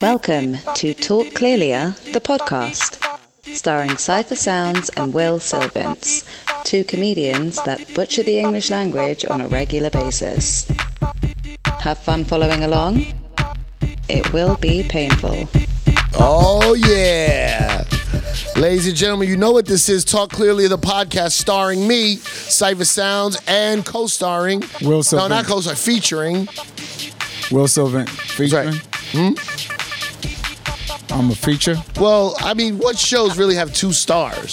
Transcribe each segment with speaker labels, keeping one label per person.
Speaker 1: Welcome to Talk Clearlier, the podcast, starring Cypher Sounds and Will Silvins, two comedians that butcher the English language on a regular basis. Have fun following along? It will be painful.
Speaker 2: Oh, yeah. Ladies and gentlemen, you know what this is. Talk Clearly, the podcast starring me, Cypher Sounds, and co starring.
Speaker 3: Will
Speaker 2: No,
Speaker 3: Sylvan.
Speaker 2: not co starring, featuring.
Speaker 3: Will Sylvan featuring.
Speaker 2: Right.
Speaker 3: I'm a feature.
Speaker 2: Well, I mean, what shows really have two stars?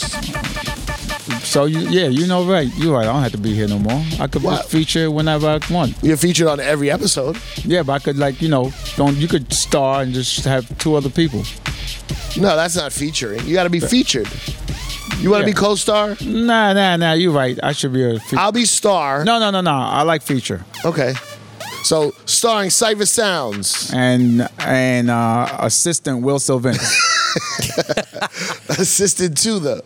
Speaker 3: So you, yeah, you know right. You're right. I don't have to be here no more. I could
Speaker 2: What?
Speaker 3: feature whenever I want.
Speaker 2: You're featured on every episode.
Speaker 3: Yeah, but I could like you know don't you could star and just have two other people.
Speaker 2: No, that's not featuring. You got to be featured. You want to
Speaker 3: Yeah.
Speaker 2: be co star?
Speaker 3: Nah, nah, nah. You're right. I should be a feature.
Speaker 2: I'll be star.
Speaker 3: no, no, no, no. I like feature
Speaker 2: Okay. So, starring Cypher Sounds,
Speaker 3: and and uh, assistant Will Sylvan
Speaker 2: assisted to the.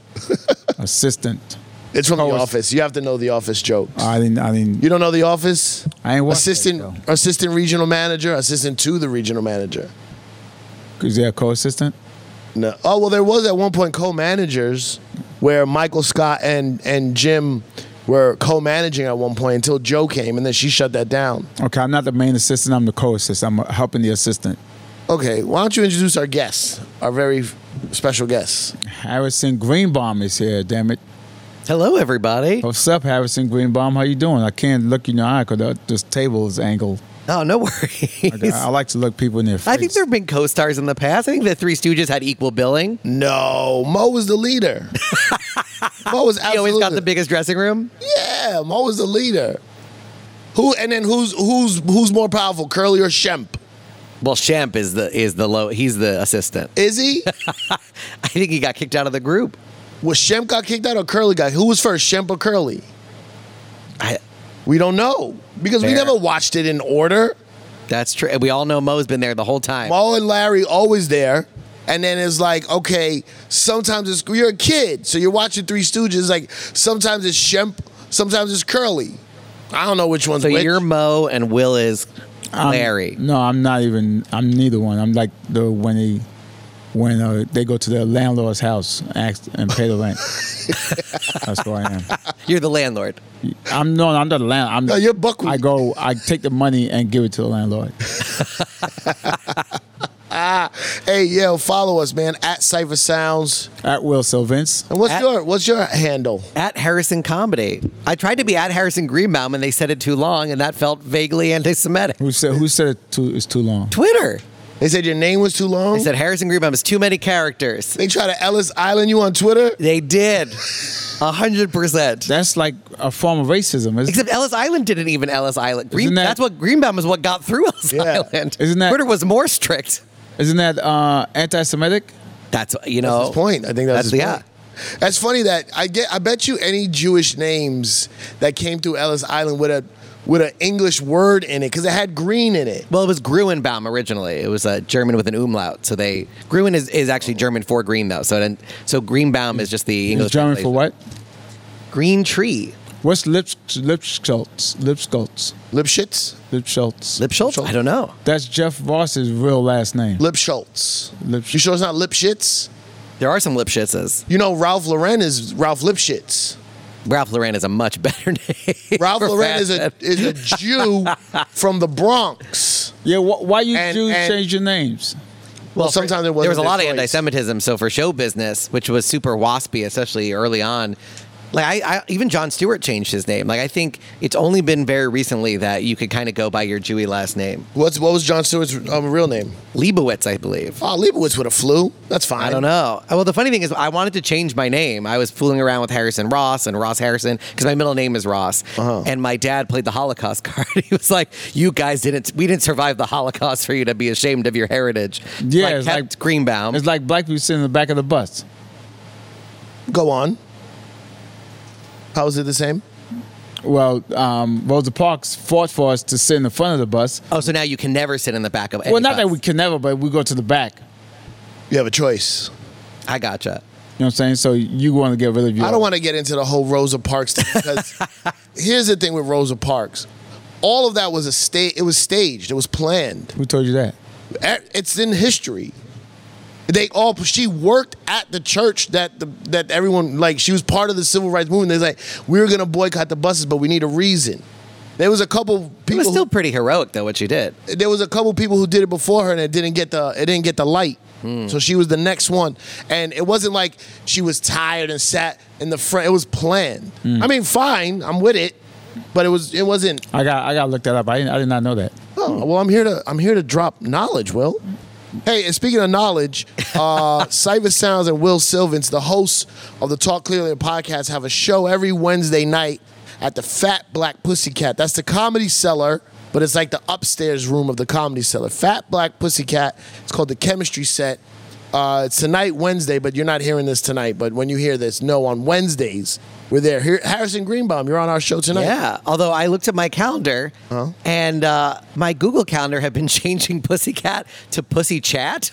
Speaker 3: assistant.
Speaker 2: It's from The
Speaker 3: Co-host.
Speaker 2: Office. You have to know The Office jokes.
Speaker 3: I didn't. I didn't.
Speaker 2: You don't know the office?
Speaker 3: I ain't watched that
Speaker 2: assistant assistant regional manager, assistant to the regional manager.
Speaker 3: Is there a co-assistant?
Speaker 2: No. Oh well, there was at one point co-managers where Michael Scott and and Jim were co-managing at one point until Joe came and then she shut that down.
Speaker 3: Okay, I'm not the main assistant. I'm the co-assistant. I'm helping the assistant.
Speaker 2: Okay, why don't you introduce our guests, our very special guests?
Speaker 3: Harrison Greenbaum is here. Damn it.
Speaker 4: Hello,
Speaker 2: Oh.
Speaker 4: everybody.
Speaker 3: What's up, Harrison Greenbaum? How you doing? I can't look you in the eye because this table is angled.
Speaker 4: Oh, no
Speaker 3: Like,
Speaker 4: worries.
Speaker 3: I like to look people in their face.
Speaker 4: I think there have been co-stars in the past. I think the Three Stooges had equal billing.
Speaker 2: No, Mo was the leader. Mo was
Speaker 4: He
Speaker 2: absolutely
Speaker 4: always got the biggest dressing room.
Speaker 2: yeah. Mo was the leader. Who and then who's who's who's more powerful, Curly or Shemp?
Speaker 4: Well, Champ is the is the low. He's the assistant.
Speaker 2: Is he?
Speaker 4: I think he got kicked out of the group.
Speaker 2: Was Shemp got kicked out or Curly got? Who was first, Shemp or Curly?
Speaker 4: I,
Speaker 2: We don't know because we
Speaker 4: Fair.
Speaker 2: never watched it in order.
Speaker 4: that's true. We all know Mo's been there the whole time.
Speaker 2: Mo and Larry always there, and then it's like okay, sometimes it's you're a kid, so you're watching Three Stooges. Like sometimes it's Shemp, sometimes it's Curly. I don't know which one's
Speaker 4: so
Speaker 2: which. Um,
Speaker 4: you're Mo and Will is
Speaker 3: I'm-
Speaker 4: Larry.
Speaker 3: No, I'm not even. I'm neither one. I'm like the when he when uh, they go to their landlord's house ask, and pay the rent. That's who I am.
Speaker 4: You're the landlord.
Speaker 3: I'm no, I'm not the landlord. I'm,
Speaker 2: No, you're buckwheat.
Speaker 3: I go. I take the money and give it to the landlord.
Speaker 2: hey, yo, follow us, man, at Cipher Sounds.
Speaker 3: At Will Sylvins.
Speaker 2: And what's
Speaker 4: At-
Speaker 2: your what's your handle?
Speaker 4: At Harrison Comedy. I tried to be at Harrison Greenbaum and they said it too long and that felt vaguely anti-Semitic.
Speaker 3: Who said? Who said it too, it's too long?
Speaker 4: Twitter.
Speaker 2: They said your name was too long.
Speaker 4: I said Harrison Greenbaum is too many characters.
Speaker 2: they try to Ellis Island you on Twitter.
Speaker 4: They did. A hundred percent.
Speaker 3: That's like a form of racism. Isn't,
Speaker 4: Except Ellis Island didn't even Ellis Island. Green,
Speaker 3: Isn't that-
Speaker 4: that's what Greenbaum is what got through Ellis
Speaker 2: Yeah.
Speaker 4: Island.
Speaker 3: Isn't that-
Speaker 4: Twitter was more strict?
Speaker 3: isn't that uh, anti-Semitic?
Speaker 4: That's you
Speaker 2: That's
Speaker 4: know
Speaker 2: his point. I think that's, his
Speaker 4: Oh. yeah.
Speaker 2: point. That's funny that I get. I bet you any Jewish names that came through Ellis Island with a with an English word in it because it had green in it.
Speaker 4: Well, it was Gruenbaum originally. It was uh, German with an umlaut. So they Gruen is, is actually German for green though. So then so Greenbaum is just the English
Speaker 3: It's German for
Speaker 4: translation.
Speaker 3: what?
Speaker 4: Green tree.
Speaker 3: What's lips Lipschultz? Lipschultz.
Speaker 2: Lipschitz,
Speaker 3: Lipschultz.
Speaker 4: Lipschultz? I don't know.
Speaker 3: That's Jeff Voss's real last name.
Speaker 2: Lipschultz.
Speaker 3: Lipsch-
Speaker 2: You sure it's not Lipschitz?
Speaker 4: There are some Lipschitzes.
Speaker 2: You know Ralph Lauren is Ralph Lipschitz.
Speaker 4: Ralph Lauren is a much better name.
Speaker 2: Ralph
Speaker 4: for
Speaker 2: Lauren is a
Speaker 4: fashion.
Speaker 2: is a Jew from the Bronx.
Speaker 3: Yeah, wh- why you
Speaker 2: And-
Speaker 3: Jews
Speaker 2: and-
Speaker 3: change your names?
Speaker 2: Well,
Speaker 4: for-
Speaker 2: sometimes it wasn't
Speaker 4: there was a
Speaker 2: their
Speaker 4: lot of
Speaker 2: choice.
Speaker 4: anti-Semitism. So for show business, which was super waspy, especially early on, like I, I even John Stewart changed his name. Like I think it's only been very recently that you could kind of go by your Jewy last name,
Speaker 2: What's what was John Stewart's um, real name?
Speaker 4: Leibowitz, I believe.
Speaker 2: Oh, Leibowitz with a flu. That's fine.
Speaker 4: I don't know. Uh, Well, the funny thing is, I wanted to change my name. I was fooling around with Harrison Ross and Ross Harrison because my middle name is Ross.
Speaker 2: Uh-huh.
Speaker 4: And my dad played the Holocaust card. he was like, "You guys didn't. We didn't survive the Holocaust for you to be ashamed of your heritage." So
Speaker 3: Yeah,
Speaker 4: I
Speaker 3: it's
Speaker 4: kept
Speaker 3: like-
Speaker 2: Um,
Speaker 4: Greenbaum.
Speaker 3: It's like black people sitting in the back of the bus.
Speaker 2: Go on. How is it the same?
Speaker 3: Well, um, Rosa Parks fought for us to sit in the front of the bus.
Speaker 4: Oh, so now you can never sit in the back of. Any
Speaker 3: well, not
Speaker 4: bus.
Speaker 3: that we can never, but we go to the back.
Speaker 2: You have a choice.
Speaker 4: I gotcha.
Speaker 3: You know what I'm saying? So you want to get rid of your.
Speaker 2: I don't want to get into the whole Rosa Parks thing because here's the thing with Rosa Parks. all of that was a stage. It was staged. It was planned.
Speaker 3: Who told you that?
Speaker 2: At- It's in history. They all. She worked at the church that the that everyone like. She was part of the civil rights movement. They're like, we were gonna boycott the buses, but we need a reason. There was a couple
Speaker 4: It
Speaker 2: people.
Speaker 4: was
Speaker 2: who-
Speaker 4: still pretty heroic though what she did.
Speaker 2: there was a couple people who did it before her and it didn't get the it didn't get the light. So she was the next one, and it wasn't like she was tired and sat in the front. It was planned. I mean, fine, I'm with it, but it was it wasn't.
Speaker 3: I got I got to look that up. I didn't, I did not know that.
Speaker 4: Hmm.
Speaker 2: Oh, well, I'm here to I'm here to drop knowledge. Will. Hey, and speaking of knowledge, uh, Cypher Sounds and Will Sylvans, the hosts of the Talk Clearly podcast, have a show every Wednesday night at the Fat Black Pussycat. That's the comedy cellar, but it's like the upstairs room of the comedy cellar. Fat Black Pussycat. It's called the Chemistry Set. Uh, it's tonight, Wednesday, but you're not hearing this tonight. But when you hear this, no, on Wednesdays, we're there. Here, Harrison Greenbaum, you're on our show tonight.
Speaker 4: Yeah. Although I looked at my calendar and uh, my Google calendar had been changing pussycat to pussy chat.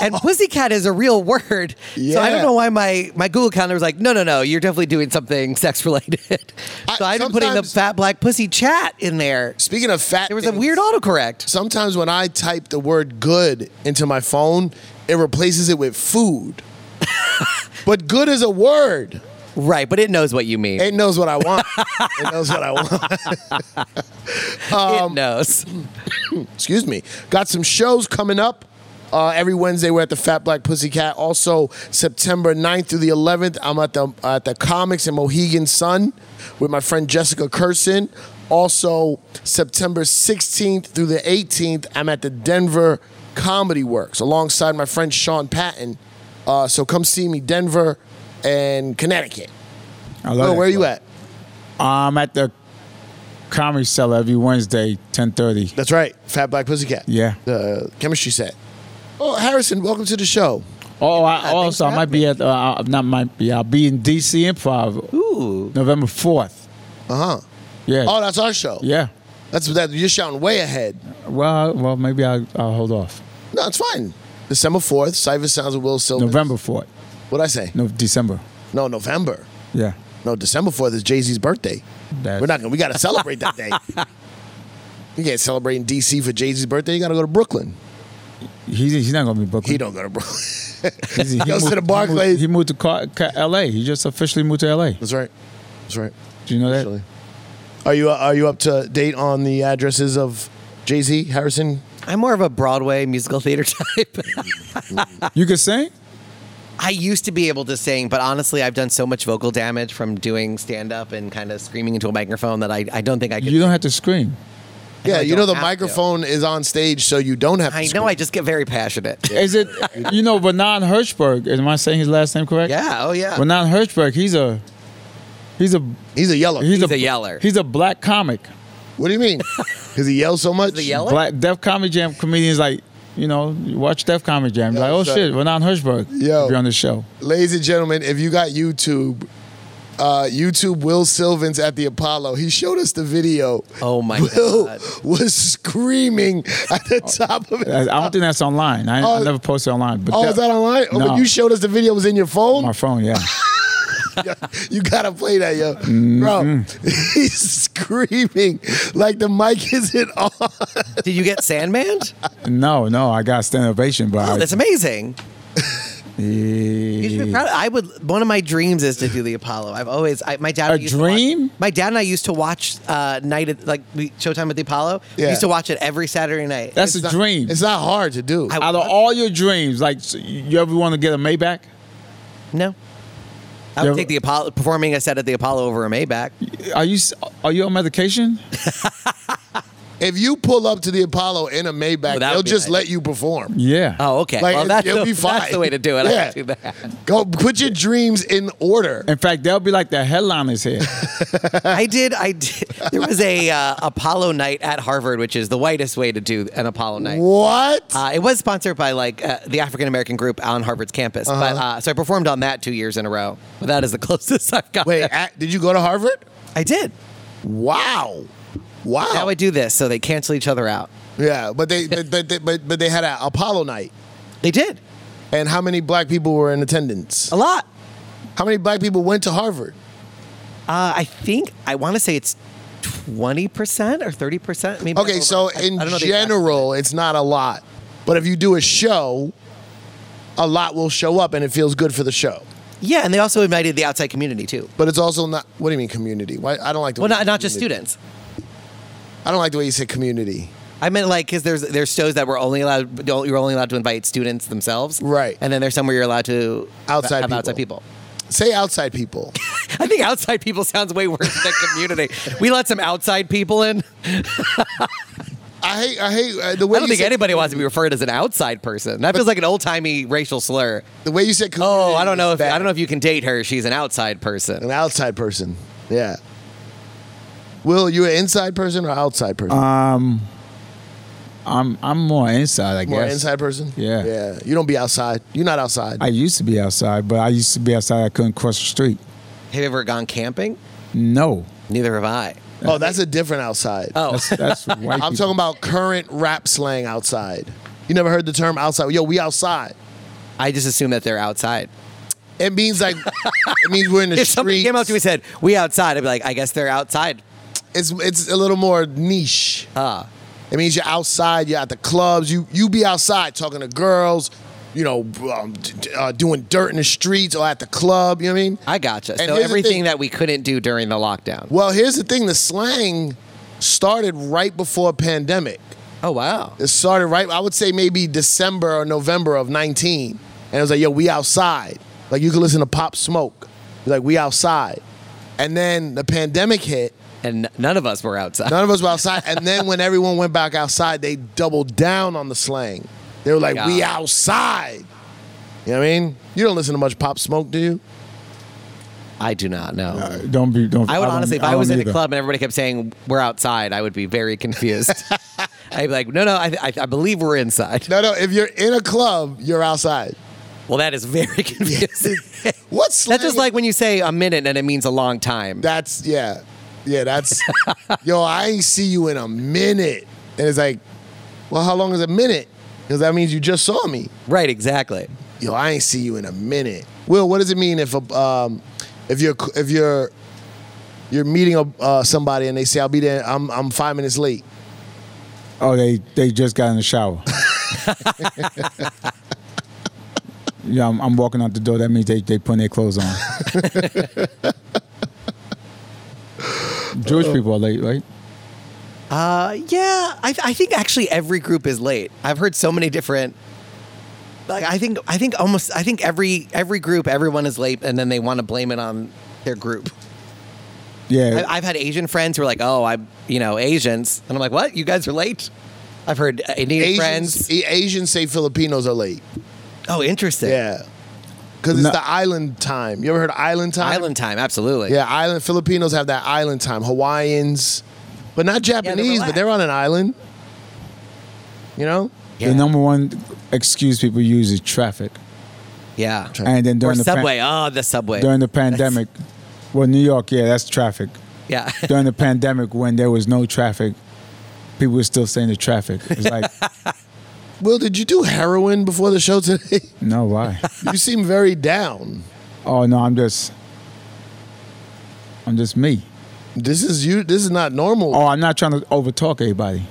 Speaker 4: And pussycat is a real word. So I
Speaker 2: Yeah.
Speaker 4: don't know why my, my Google calendar was like, no, no, no, you're definitely doing something sex related.
Speaker 2: I-
Speaker 4: so I ended up putting the
Speaker 2: sometimes-
Speaker 4: fat black pussy chat in there.
Speaker 2: Speaking of fat,
Speaker 4: There was a
Speaker 2: things-
Speaker 4: weird autocorrect.
Speaker 2: sometimes when I type the word good into my phone, it replaces it with food. but good is a word.
Speaker 4: Right, but it knows what you mean.
Speaker 2: It knows what I want. it knows what I want.
Speaker 4: it knows.
Speaker 2: Excuse me. Got some shows coming up. Uh, every Wednesday we're at the Fat Black Pussycat. Also September 9th through the 11th, I'm at the at the Comics and Mohegan Sun with my friend Jessica Curson. Also September 16th through the 18th, I'm at the Denver Comedy Works alongside my friend Sean Patton. Uh, so come see me, Denver and Connecticut.
Speaker 3: I love
Speaker 2: Will,
Speaker 3: that.
Speaker 2: where are you at?
Speaker 3: I'm at the Comedy Cellar every Wednesday, 10:30.
Speaker 2: That's right, Fat Black Pussycat.
Speaker 3: Yeah.
Speaker 2: the chemistry set. Oh, Harrison, welcome to the show.
Speaker 3: Oh, I,
Speaker 4: thanks for
Speaker 3: also I might
Speaker 4: having
Speaker 3: be at uh, I- not might be. I'll be in DC Improv
Speaker 4: Ooh.
Speaker 3: November 4th.
Speaker 2: Uh huh.
Speaker 3: Yeah.
Speaker 2: Oh, that's our show.
Speaker 3: yeah.
Speaker 2: That's that. You're shouting way ahead.
Speaker 3: Well, well, maybe I'll, I'll hold off.
Speaker 2: No, it's fine. December fourth, Cypher Sounds with Will Silver.
Speaker 3: November 4th.
Speaker 2: What'd I say?
Speaker 3: No, December.
Speaker 2: No, November.
Speaker 3: Yeah.
Speaker 2: No, December fourth is Jay Z's birthday.
Speaker 3: That's-
Speaker 2: We're not gonna. We gotta celebrate that day. You can't celebrate in DC for Jay Z's birthday. You gotta go to Brooklyn.
Speaker 3: He's, he's not going to be booked.
Speaker 2: He don't go to Brooklyn.
Speaker 3: He's- he
Speaker 2: goes to
Speaker 3: moved-
Speaker 2: the
Speaker 3: He
Speaker 2: Barclays.
Speaker 3: moved, he moved to Ca- Ca- L.A. He just officially moved to L.A.
Speaker 2: That's right. That's right.
Speaker 3: Do you know that?
Speaker 2: Actually, are you uh, are you up to date on the addresses of Jay Z Harrison?
Speaker 4: I'm more of a Broadway musical theater type.
Speaker 3: You can sing?
Speaker 4: I used to be able to sing, but honestly, I've done so much vocal damage from doing stand up and kind of screaming into a microphone that I, I don't think I can.
Speaker 3: You don't have to scream.
Speaker 2: Yeah,
Speaker 4: I
Speaker 2: you
Speaker 4: don't
Speaker 2: know the
Speaker 4: have to.
Speaker 2: microphone is on stage, so you don't have. To
Speaker 4: I
Speaker 2: scream.
Speaker 4: know I just get very passionate.
Speaker 3: Is it, you know, Renan Hirschberg, am I saying his last name correct?
Speaker 4: Yeah. Oh yeah.
Speaker 3: Renan Hirschberg, he's a, he's a,
Speaker 2: He's a yeller.
Speaker 3: he's,
Speaker 4: a yeller.
Speaker 3: He's a black comic.
Speaker 2: what do you mean? Because he yells so much.
Speaker 4: the yellow.
Speaker 3: Black Def Comedy Jam comedians like, you know, you watch Def Comedy Jam.
Speaker 2: Yo,
Speaker 3: like, oh
Speaker 2: shut-
Speaker 3: shit, Renan Hirschberg.
Speaker 2: Yo.
Speaker 3: Be on the show.
Speaker 2: Ladies and gentlemen, if you got YouTube, uh, YouTube Will Sylvans at the Apollo. He showed us the video.
Speaker 4: Oh my
Speaker 2: Will
Speaker 4: God.
Speaker 2: was screaming at the top of
Speaker 3: I I
Speaker 2: it.
Speaker 3: don't think that's online. I,
Speaker 2: Oh.
Speaker 3: I never posted online. But
Speaker 2: Oh,
Speaker 3: that-
Speaker 2: is that online? Oh,
Speaker 3: No.
Speaker 2: but you showed us the video it was in your phone.
Speaker 3: My phone, yeah.
Speaker 2: you gotta play that, yo,
Speaker 3: Mm-hmm.
Speaker 2: bro. He's screaming like the mic isn't on.
Speaker 4: Did you get Sandman?
Speaker 3: no, no, I got stand ovation, but
Speaker 4: Oh,
Speaker 3: I,
Speaker 4: that's amazing. You should be
Speaker 3: yeah.
Speaker 4: proud. I would. One of my dreams is to do the Apollo. I've always. I, my dad.
Speaker 3: A
Speaker 4: used to watch-
Speaker 3: dream?
Speaker 4: my dad and I used to watch uh, night at like we, Showtime at the Apollo.
Speaker 2: Yeah.
Speaker 4: We used to watch it every Saturday night.
Speaker 3: that's a dream.
Speaker 2: It's not hard to do.
Speaker 4: I-
Speaker 3: Out of all your dreams, like so you ever want to get a Maybach?
Speaker 4: no. I
Speaker 3: You
Speaker 4: would
Speaker 3: ever-
Speaker 4: take the Apollo performing a set at the Apollo over a Maybach.
Speaker 3: Are you s- are you on medication?
Speaker 2: if you pull up to the Apollo in a Maybach,
Speaker 4: Well, that
Speaker 2: they'll
Speaker 4: would be
Speaker 2: just
Speaker 4: nice.
Speaker 2: let you perform.
Speaker 3: Yeah.
Speaker 4: Oh, okay.
Speaker 2: Like,
Speaker 4: well,
Speaker 2: it-
Speaker 4: that's,
Speaker 2: it'll
Speaker 4: the,
Speaker 2: be fine.
Speaker 4: that's the way to do it.
Speaker 2: Yeah.
Speaker 4: I do that.
Speaker 2: Go put your dreams in order.
Speaker 3: In fact, they'll be like the headliners here.
Speaker 4: I did. I did. There was a uh, Apollo night at Harvard, which is the whitest way to do an Apollo night.
Speaker 2: What?
Speaker 4: Uh, it was sponsored by like uh, the African American group on Harvard's campus,
Speaker 2: Uh-huh.
Speaker 4: but uh, so I performed on that two years in a row. But that is the closest I've got.
Speaker 2: Wait, at, did you go to Harvard?
Speaker 4: I did.
Speaker 2: Wow. Wow.
Speaker 4: Now I do this, so they cancel each other out.
Speaker 2: yeah, but they but, but, they- but but they had an Apollo night.
Speaker 4: They did
Speaker 2: And how many black people were in attendance?
Speaker 4: a lot.
Speaker 2: How many black people went to Harvard?
Speaker 4: Uh, I think I want to say it's twenty percent or thirty percent. Maybe
Speaker 2: Okay,
Speaker 4: over.
Speaker 2: so
Speaker 4: I- I
Speaker 2: in
Speaker 4: don't know the exact-
Speaker 2: general, it's not a lot. But if you do a show, a lot will show up and it feels good for the show.
Speaker 4: yeah, and they also invited the outside community too.
Speaker 2: But it's also not, what do you mean community? Why, I don't like the
Speaker 4: Well,
Speaker 2: way you
Speaker 4: not
Speaker 2: said
Speaker 4: not just
Speaker 2: community.
Speaker 4: students.
Speaker 2: I don't like the way you said community.
Speaker 4: I meant like because there's there's shows that were only allowed don't- you're only allowed to invite students themselves,
Speaker 2: Right.
Speaker 4: And then there's somewhere you're allowed to
Speaker 2: Outside
Speaker 4: have
Speaker 2: people.
Speaker 4: outside people.
Speaker 2: Say outside people.
Speaker 4: I think outside people sounds way worse than community. we let some outside people in.
Speaker 2: I hate, I hate uh, the way
Speaker 4: I don't
Speaker 2: you
Speaker 4: think
Speaker 2: said,
Speaker 4: anybody wants to be referred as an outside person. That feels like an old timey racial slur.
Speaker 2: the way you said community.
Speaker 4: Oh, I don't know
Speaker 2: is
Speaker 4: if
Speaker 2: bad.
Speaker 4: I don't know if you can date her. She's an outside person.
Speaker 2: An outside person. Yeah. Will, you an inside person or outside person?
Speaker 4: Uh,
Speaker 3: I'm I'm more inside, I
Speaker 2: More
Speaker 3: guess.
Speaker 2: inside person?
Speaker 3: Yeah.
Speaker 2: Yeah. You don't be outside. You're not outside.
Speaker 3: I used to be outside, but I used to be outside. I couldn't cross the street.
Speaker 4: Have you ever gone camping?
Speaker 3: No,
Speaker 4: Neither have I.
Speaker 2: oh, that's a different outside.
Speaker 4: Oh,
Speaker 3: that's that's white.
Speaker 2: I'm
Speaker 3: people.
Speaker 2: talking about current rap slang outside. You never heard the term outside? Yo, we outside.
Speaker 4: I just assume that they're outside.
Speaker 2: It means like it means we're in the
Speaker 4: If somebody
Speaker 2: street.
Speaker 4: came up to me and said, "We outside," I'd be like, "I guess they're outside."
Speaker 2: It's it's a little more niche.
Speaker 4: Ah.
Speaker 2: It means you're outside. You're at the clubs. You you be outside talking to girls. You know, um, d- d- uh, doing dirt in the streets or at the club. You know what I mean?
Speaker 4: I gotcha.
Speaker 2: And
Speaker 4: so
Speaker 2: here's the thing-
Speaker 4: everything that we couldn't do during the lockdown.
Speaker 2: Well, here's the thing: the slang started right before pandemic.
Speaker 4: Oh wow.
Speaker 2: It started right. I would say maybe December or November of 19, and it was like, yo, we outside. Like you could listen to Pop Smoke. Like we outside. And then the pandemic hit.
Speaker 4: And n- none of us were outside.
Speaker 2: None of us were outside. And then when everyone went back outside, they doubled down on the slang. They were like, we
Speaker 4: God.
Speaker 2: outside. You know what I mean? You don't listen to much Pop Smoke, do you?
Speaker 4: I do not know.
Speaker 3: Uh, Don't be. Don't.
Speaker 4: I would
Speaker 3: don't-
Speaker 4: honestly, if I, was
Speaker 3: don't
Speaker 4: in a
Speaker 3: either.
Speaker 4: club and everybody kept saying we're outside, I would be very confused. I'd be like, no, no, I, I, I believe we're inside.
Speaker 2: No, no. If you're in a club, you're outside.
Speaker 4: Well, that is very confusing.
Speaker 2: What slang?
Speaker 4: That's just like when you say a minute and it means a long time.
Speaker 2: That's yeah, yeah. That's yo. I ain't see you in a minute, and it's like, well, how long is a minute? Because that means you just saw me.
Speaker 4: right, exactly.
Speaker 2: Yo, I ain't see you in a minute. Will, what does it mean if a um, if you're if you're you're meeting a, uh, somebody and they say I'll be there. I'm I'm five minutes late.
Speaker 3: Oh, they they just got in the shower. yeah, I'm, I'm walking out the door. That means they they putting their clothes on. Jewish people are late, right?
Speaker 4: Uh, yeah, I, I think actually every group is late. I've heard so many different. Like I think I think almost I think every every group everyone is late and then they want to blame it on their group.
Speaker 3: Yeah.
Speaker 4: I, I've had Asian friends who are like, "Oh, I'm you know Asians," and I'm like, "What? You guys are late." I've heard Indian
Speaker 2: Asians, e-
Speaker 4: friends.
Speaker 2: A- Asians say Filipinos are late.
Speaker 4: Oh, interesting.
Speaker 2: Yeah, because it's
Speaker 3: No.
Speaker 2: the island time. You ever heard of island time?
Speaker 4: Island time, absolutely.
Speaker 2: Yeah, island Filipinos have that island time. Hawaiians, but not Japanese, but
Speaker 4: relax.
Speaker 2: they're on an island. You know?
Speaker 4: yeah.
Speaker 3: The number one excuse people use is traffic.
Speaker 4: Yeah.
Speaker 3: And then
Speaker 4: Or
Speaker 3: during the pan-
Speaker 4: subway. oh, the subway.
Speaker 3: during the pandemic, well, New York, yeah, that's traffic.
Speaker 4: yeah.
Speaker 3: During the pandemic, when there was no traffic, people were still saying the traffic. It's like,
Speaker 2: Will, did you do heroin before the show today?
Speaker 3: no, why?
Speaker 2: you seem very down.
Speaker 3: Oh no, I'm just, I'm just me.
Speaker 2: This is you. This is not normal.
Speaker 3: Oh, I'm not trying to overtalk anybody.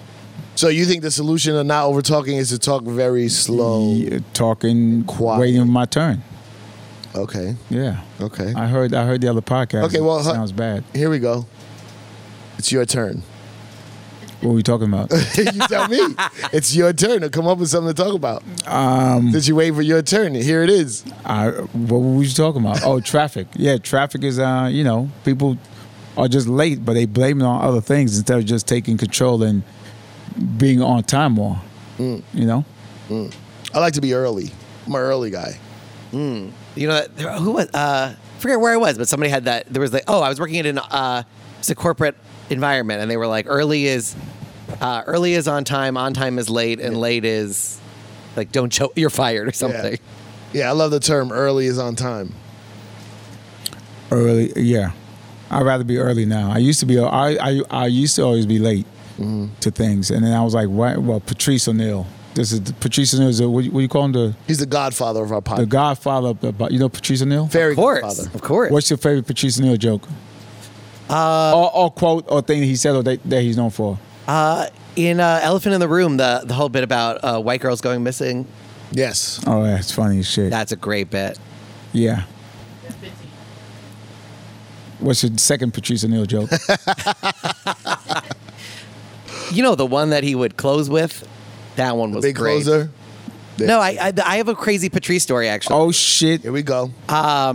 Speaker 2: So you think the solution of not over talking is to talk very slow?
Speaker 3: Yeah, Talking,
Speaker 2: Quiet.
Speaker 3: waiting for my turn.
Speaker 2: Okay.
Speaker 3: Yeah.
Speaker 2: Okay.
Speaker 3: I heard. I heard the other podcast.
Speaker 2: Okay, well,
Speaker 3: It
Speaker 2: huh-
Speaker 3: sounds bad.
Speaker 2: Here we go. It's your turn.
Speaker 3: What were we talking about?
Speaker 2: you tell me. It's your turn to come up with something to talk about. Um, Did you wait for your turn? Here it is.
Speaker 3: I, what were we talking about? Oh, traffic. Yeah, traffic is. Uh, you know, people are just late, but they blame it on other things instead of just taking control and being on time more.
Speaker 2: Mm.
Speaker 3: You know.
Speaker 2: I like to be early. I'm an early guy.
Speaker 4: you know that there- who was uh I forget where I was, but somebody had that there was like oh I was working at an uh it's a corporate environment and they were like early is uh early is on time, on time is late, and late is like don't show you're fired or something.
Speaker 2: Yeah, I love the term early is on time.
Speaker 3: Early, yeah. I'd rather be early now. I used to be. I I, I used to always be late to things, and then I was like, "What? Well, Patrice O'Neill. This is Patrice O'Neill. Is the, what, do you- what do you call him? The
Speaker 2: He's the godfather of our
Speaker 3: the
Speaker 2: podcast.
Speaker 3: Godfather. Of the, you know Patrice O'Neill.
Speaker 2: Very
Speaker 4: Of course.
Speaker 2: godfather.
Speaker 4: Of course.
Speaker 3: What's your favorite Patrice O'Neill joke? or, or quote or thing he said or that, that he's known for.
Speaker 4: in uh, Elephant in the Room, the the whole bit about uh, white girls going missing.
Speaker 2: Yes.
Speaker 3: Oh, that's funny as shit.
Speaker 4: That's a great bit.
Speaker 3: yeah. What's your second Patrice O'Neill joke?
Speaker 4: You know the one that he would close with. That one was
Speaker 2: Big
Speaker 4: great.
Speaker 2: closer.
Speaker 4: No, I, I I have a crazy Patrice story actually.
Speaker 3: oh shit!
Speaker 2: Here we go.
Speaker 4: I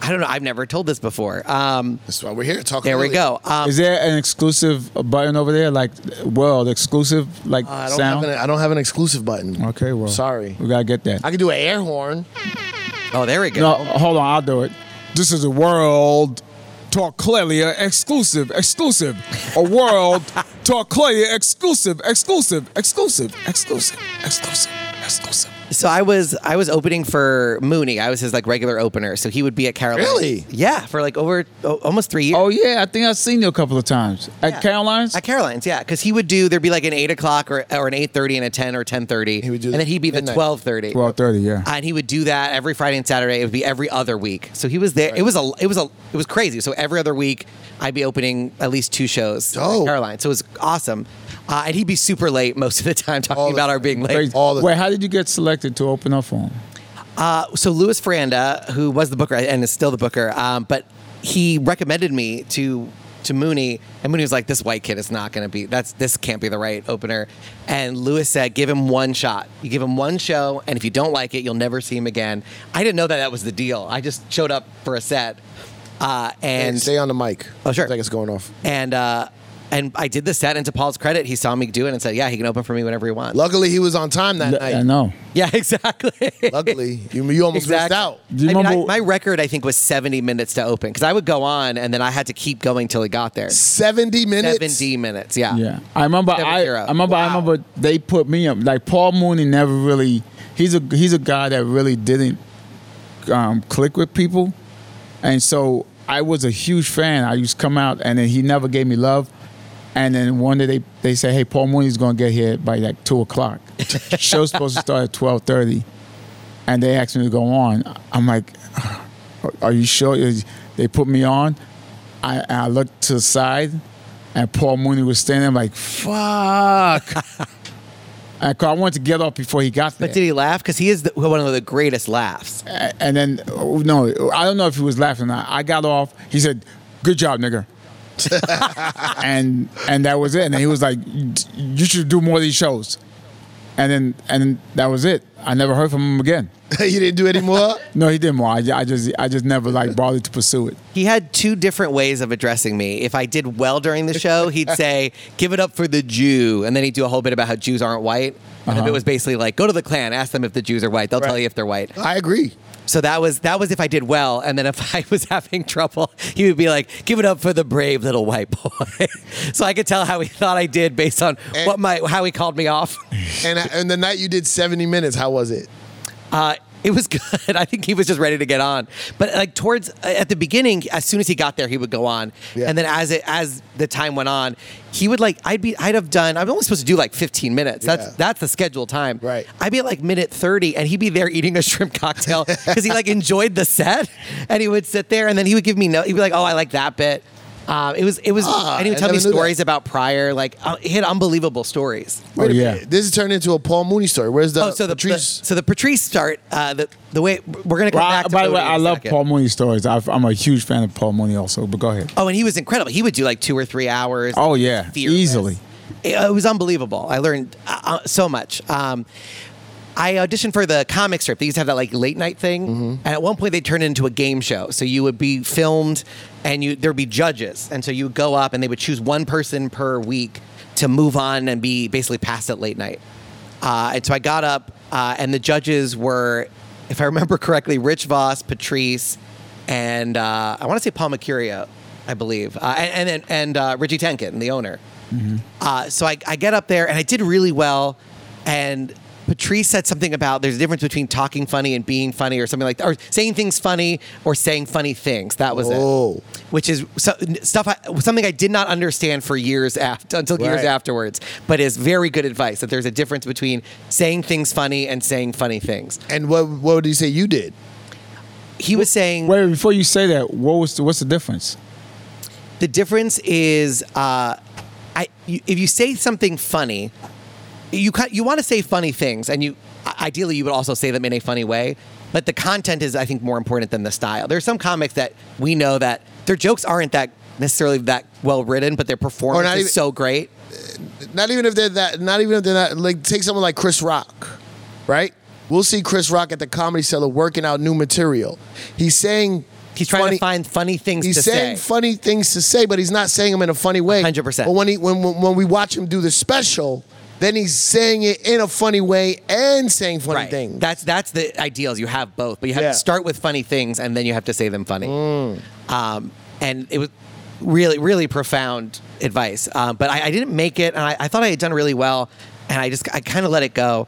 Speaker 4: don't know. I've never told this before. Um,
Speaker 2: That's why we're here talking.
Speaker 4: there we
Speaker 2: early.
Speaker 4: go. Um,
Speaker 3: Is there an exclusive button over there, like world exclusive, like
Speaker 2: Uh, I don't, have
Speaker 3: sound?
Speaker 2: an, I don't have an exclusive button.
Speaker 3: okay, well,
Speaker 2: Sorry.
Speaker 3: we gotta get that.
Speaker 2: I can do an air horn.
Speaker 4: oh, there we go.
Speaker 3: No, hold on, I'll do it. This is a world talk clearly uh, exclusive, exclusive. A world talk clearly exclusive, exclusive, exclusive, exclusive, exclusive, exclusive.
Speaker 4: So I was I was opening for Mooney. I was his like regular opener. So he would be at Carolina.
Speaker 2: Really?
Speaker 4: Yeah, for like over o- almost three years.
Speaker 3: Oh yeah, I think I've seen you a couple of times at
Speaker 4: Yeah.
Speaker 3: Caroline's.
Speaker 4: At Caroline's, yeah, because he would do there'd be like an eight o'clock or, or an eight thirty and a ten or ten thirty,
Speaker 2: He would do
Speaker 4: and then he'd be the
Speaker 2: midnight.
Speaker 4: twelve thirty.
Speaker 3: Twelve thirty, yeah.
Speaker 4: and he would do that every Friday and Saturday. It would be every other week. So he was there. It was a it was a it was crazy. So every other week, I'd be opening at least two shows.
Speaker 2: Dope.
Speaker 4: at Caroline. So it was awesome. Uh, and he'd be super late most of the time, talking
Speaker 2: All the
Speaker 4: about
Speaker 2: time.
Speaker 4: our being late.
Speaker 3: Crazy.
Speaker 2: all the-
Speaker 3: Wait, how did you get selected to open up for him?
Speaker 4: Uh, so Louis Ferranda, who was the booker and is still the booker, um, but he recommended me to to Mooney, and Mooney was like, "This white kid is not going to be. That's this can't be the right opener." And Louis said, "Give him one shot. You give him one show, and if you don't like it, you'll never see him again." I didn't know that that was the deal. I just showed up for a set, uh,
Speaker 2: And
Speaker 4: and
Speaker 2: stay on the mic.
Speaker 4: Oh, sure.
Speaker 2: I think it's going off.
Speaker 4: and uh, and I did the set. And to Paul's credit, he saw me do it and said, "Yeah, he can open for me whenever he wants."
Speaker 2: Luckily, he was on time that night.
Speaker 4: uh,
Speaker 3: I know.
Speaker 4: yeah, exactly.
Speaker 2: Luckily, you, you almost
Speaker 4: Exactly.
Speaker 2: missed out.
Speaker 3: Do you
Speaker 4: I mean, I-
Speaker 3: remember-
Speaker 4: my record, I think, was 70 minutes to open because I would go on and then I had to keep going till he got there.
Speaker 2: 70 minutes.
Speaker 4: 70 minutes, yeah.
Speaker 3: Yeah, I remember.
Speaker 4: Seven
Speaker 3: I,
Speaker 4: zero.
Speaker 3: I remember. I remember they put me up. Like Paul Mooney never really. He's a he's a guy that really didn't um, click with people, and so I was a huge fan. I used to come out, and then he never gave me love. And then one day they they said, "Hey, Paul Mooney's gonna get here by like two o'clock. Show's supposed to start at twelve thirty. and they asked me to go on. I'm like, "Are you sure?" Is- They put me on. I, I looked to the side, and Paul Mooney was standing. I'm like, "Fuck!" I, 'cause I wanted to get off before he got there.
Speaker 4: But did he laugh? Because he is the, one of the greatest laughs.
Speaker 3: A- and then, oh, no, I don't know if he was laughing. or not. I got off. He said, "Good job, nigger." and and that was it. And he was like, "You should do more of these shows." And then and that was it. I never heard from him again.
Speaker 2: you didn't do any more?
Speaker 3: No, he didn't want. I, I just, I just never like bothered to pursue it.
Speaker 4: He had two different ways of addressing me. If I did well during the show, he'd say, "Give it up for the Jew," and then he'd do a whole bit about how Jews aren't white. And
Speaker 3: Uh-huh.
Speaker 4: if it was basically like, "Go to the Klan, ask them if the Jews are white. They'll tell you if they're white."
Speaker 2: I agree.
Speaker 4: So that was that was if I did well, and then if I was having trouble, he would be like, "Give it up for the brave little white boy." so I could tell how he thought I did based on
Speaker 2: And-
Speaker 4: what my how he called me off.
Speaker 2: And, uh, and the night you did 70 minutes, how was it?
Speaker 4: Uh, it was good. I think he was just ready to get on. But like towards uh, at the beginning, as soon as he got there, he would go on,
Speaker 2: Yeah.
Speaker 4: and then as it as the time went on, he would like I'd be I'd have done I'm only supposed to do like 15 minutes. That's
Speaker 2: Yeah.
Speaker 4: that's the scheduled time.
Speaker 2: Right.
Speaker 4: I'd be at like minute 30, and he'd be there eating a shrimp cocktail because he like enjoyed the set, and he would sit there, and then he would give me no. He'd be like, "Oh, I like that bit." Um, it was it was,
Speaker 2: Ah,
Speaker 4: and he would
Speaker 2: I
Speaker 4: tell me
Speaker 2: never knew that.
Speaker 4: stories about prior. Like uh, he had unbelievable stories.
Speaker 3: Oh
Speaker 2: Wait a
Speaker 3: yeah,
Speaker 2: minute. This has turned into a Paul Mooney story. Where's the
Speaker 4: Oh, so the,
Speaker 2: Patrice?
Speaker 4: the so the Patrice start uh, the the way we're gonna come
Speaker 3: Well, I-
Speaker 4: back. To
Speaker 3: by the way,
Speaker 4: Odie in
Speaker 3: I
Speaker 4: a
Speaker 3: love
Speaker 4: second.
Speaker 3: Paul Mooney stories. I've, I'm a huge fan of Paul Mooney also. But go ahead.
Speaker 4: Oh, and he was incredible. He would do like two or three hours.
Speaker 3: Oh, yeah.
Speaker 4: Fearless.
Speaker 3: Easily.
Speaker 4: It, it was unbelievable. I learned uh, uh, so much. Um, I auditioned for the comic strip. They used to have that like late night thing, and at one point they turned it into a game show. So you would be filmed, and you there'd be judges, and so you would go up, and they would choose one person per week to move on and be basically passed at late night. Uh, and so I got up, uh, and the judges were, if I remember correctly, Rich Voss, Patrice, and uh, I want to say Paul Mercurio, I believe, uh, and and, and uh, Richie Tenkin, the owner. Uh, so I, I get up there and I did really well. And Patrice said something about there's a difference between talking funny and being funny, or something like that, or saying things funny or saying funny things. That was
Speaker 2: Oh.
Speaker 4: it. Which is so, stuff I, something I did not understand for years after until years
Speaker 2: Right.
Speaker 4: afterwards, but is very good advice that there's a difference between saying things funny and saying funny things.
Speaker 2: and what what would you say you did?
Speaker 4: He was saying
Speaker 3: Wait, before you say that, what was the, what's the difference?
Speaker 4: The difference is, uh, I you, if you say something funny, you ki- you want to say funny things, and you i- ideally you would also say them in a funny way. But the content is, I think, more important than the style. There are some comics that we know that their jokes aren't that necessarily that well written, but their performance
Speaker 2: even-
Speaker 4: is so great.
Speaker 2: not even if they're that not even if they're that like take someone like Chris Rock, right? We'll see Chris Rock at the comedy cellar working out new material. He's saying
Speaker 4: He's trying
Speaker 2: funny-
Speaker 4: to find funny things
Speaker 2: He's
Speaker 4: to
Speaker 2: saying
Speaker 4: say.
Speaker 2: funny things to say, but he's not saying them in a funny way.
Speaker 4: 100%.
Speaker 2: But when he when, when when we watch him do the special, then he's saying it in a funny way and saying funny
Speaker 4: Right.
Speaker 2: things.
Speaker 4: That's that's the ideals. You have both, but you have
Speaker 2: Yeah. Mm.
Speaker 4: to start with funny things, and then you have to say them funny. Um, and it was really, really profound advice. Um, but I, I didn't make it, and I, I thought I had done really well, and I just I kind of let it go.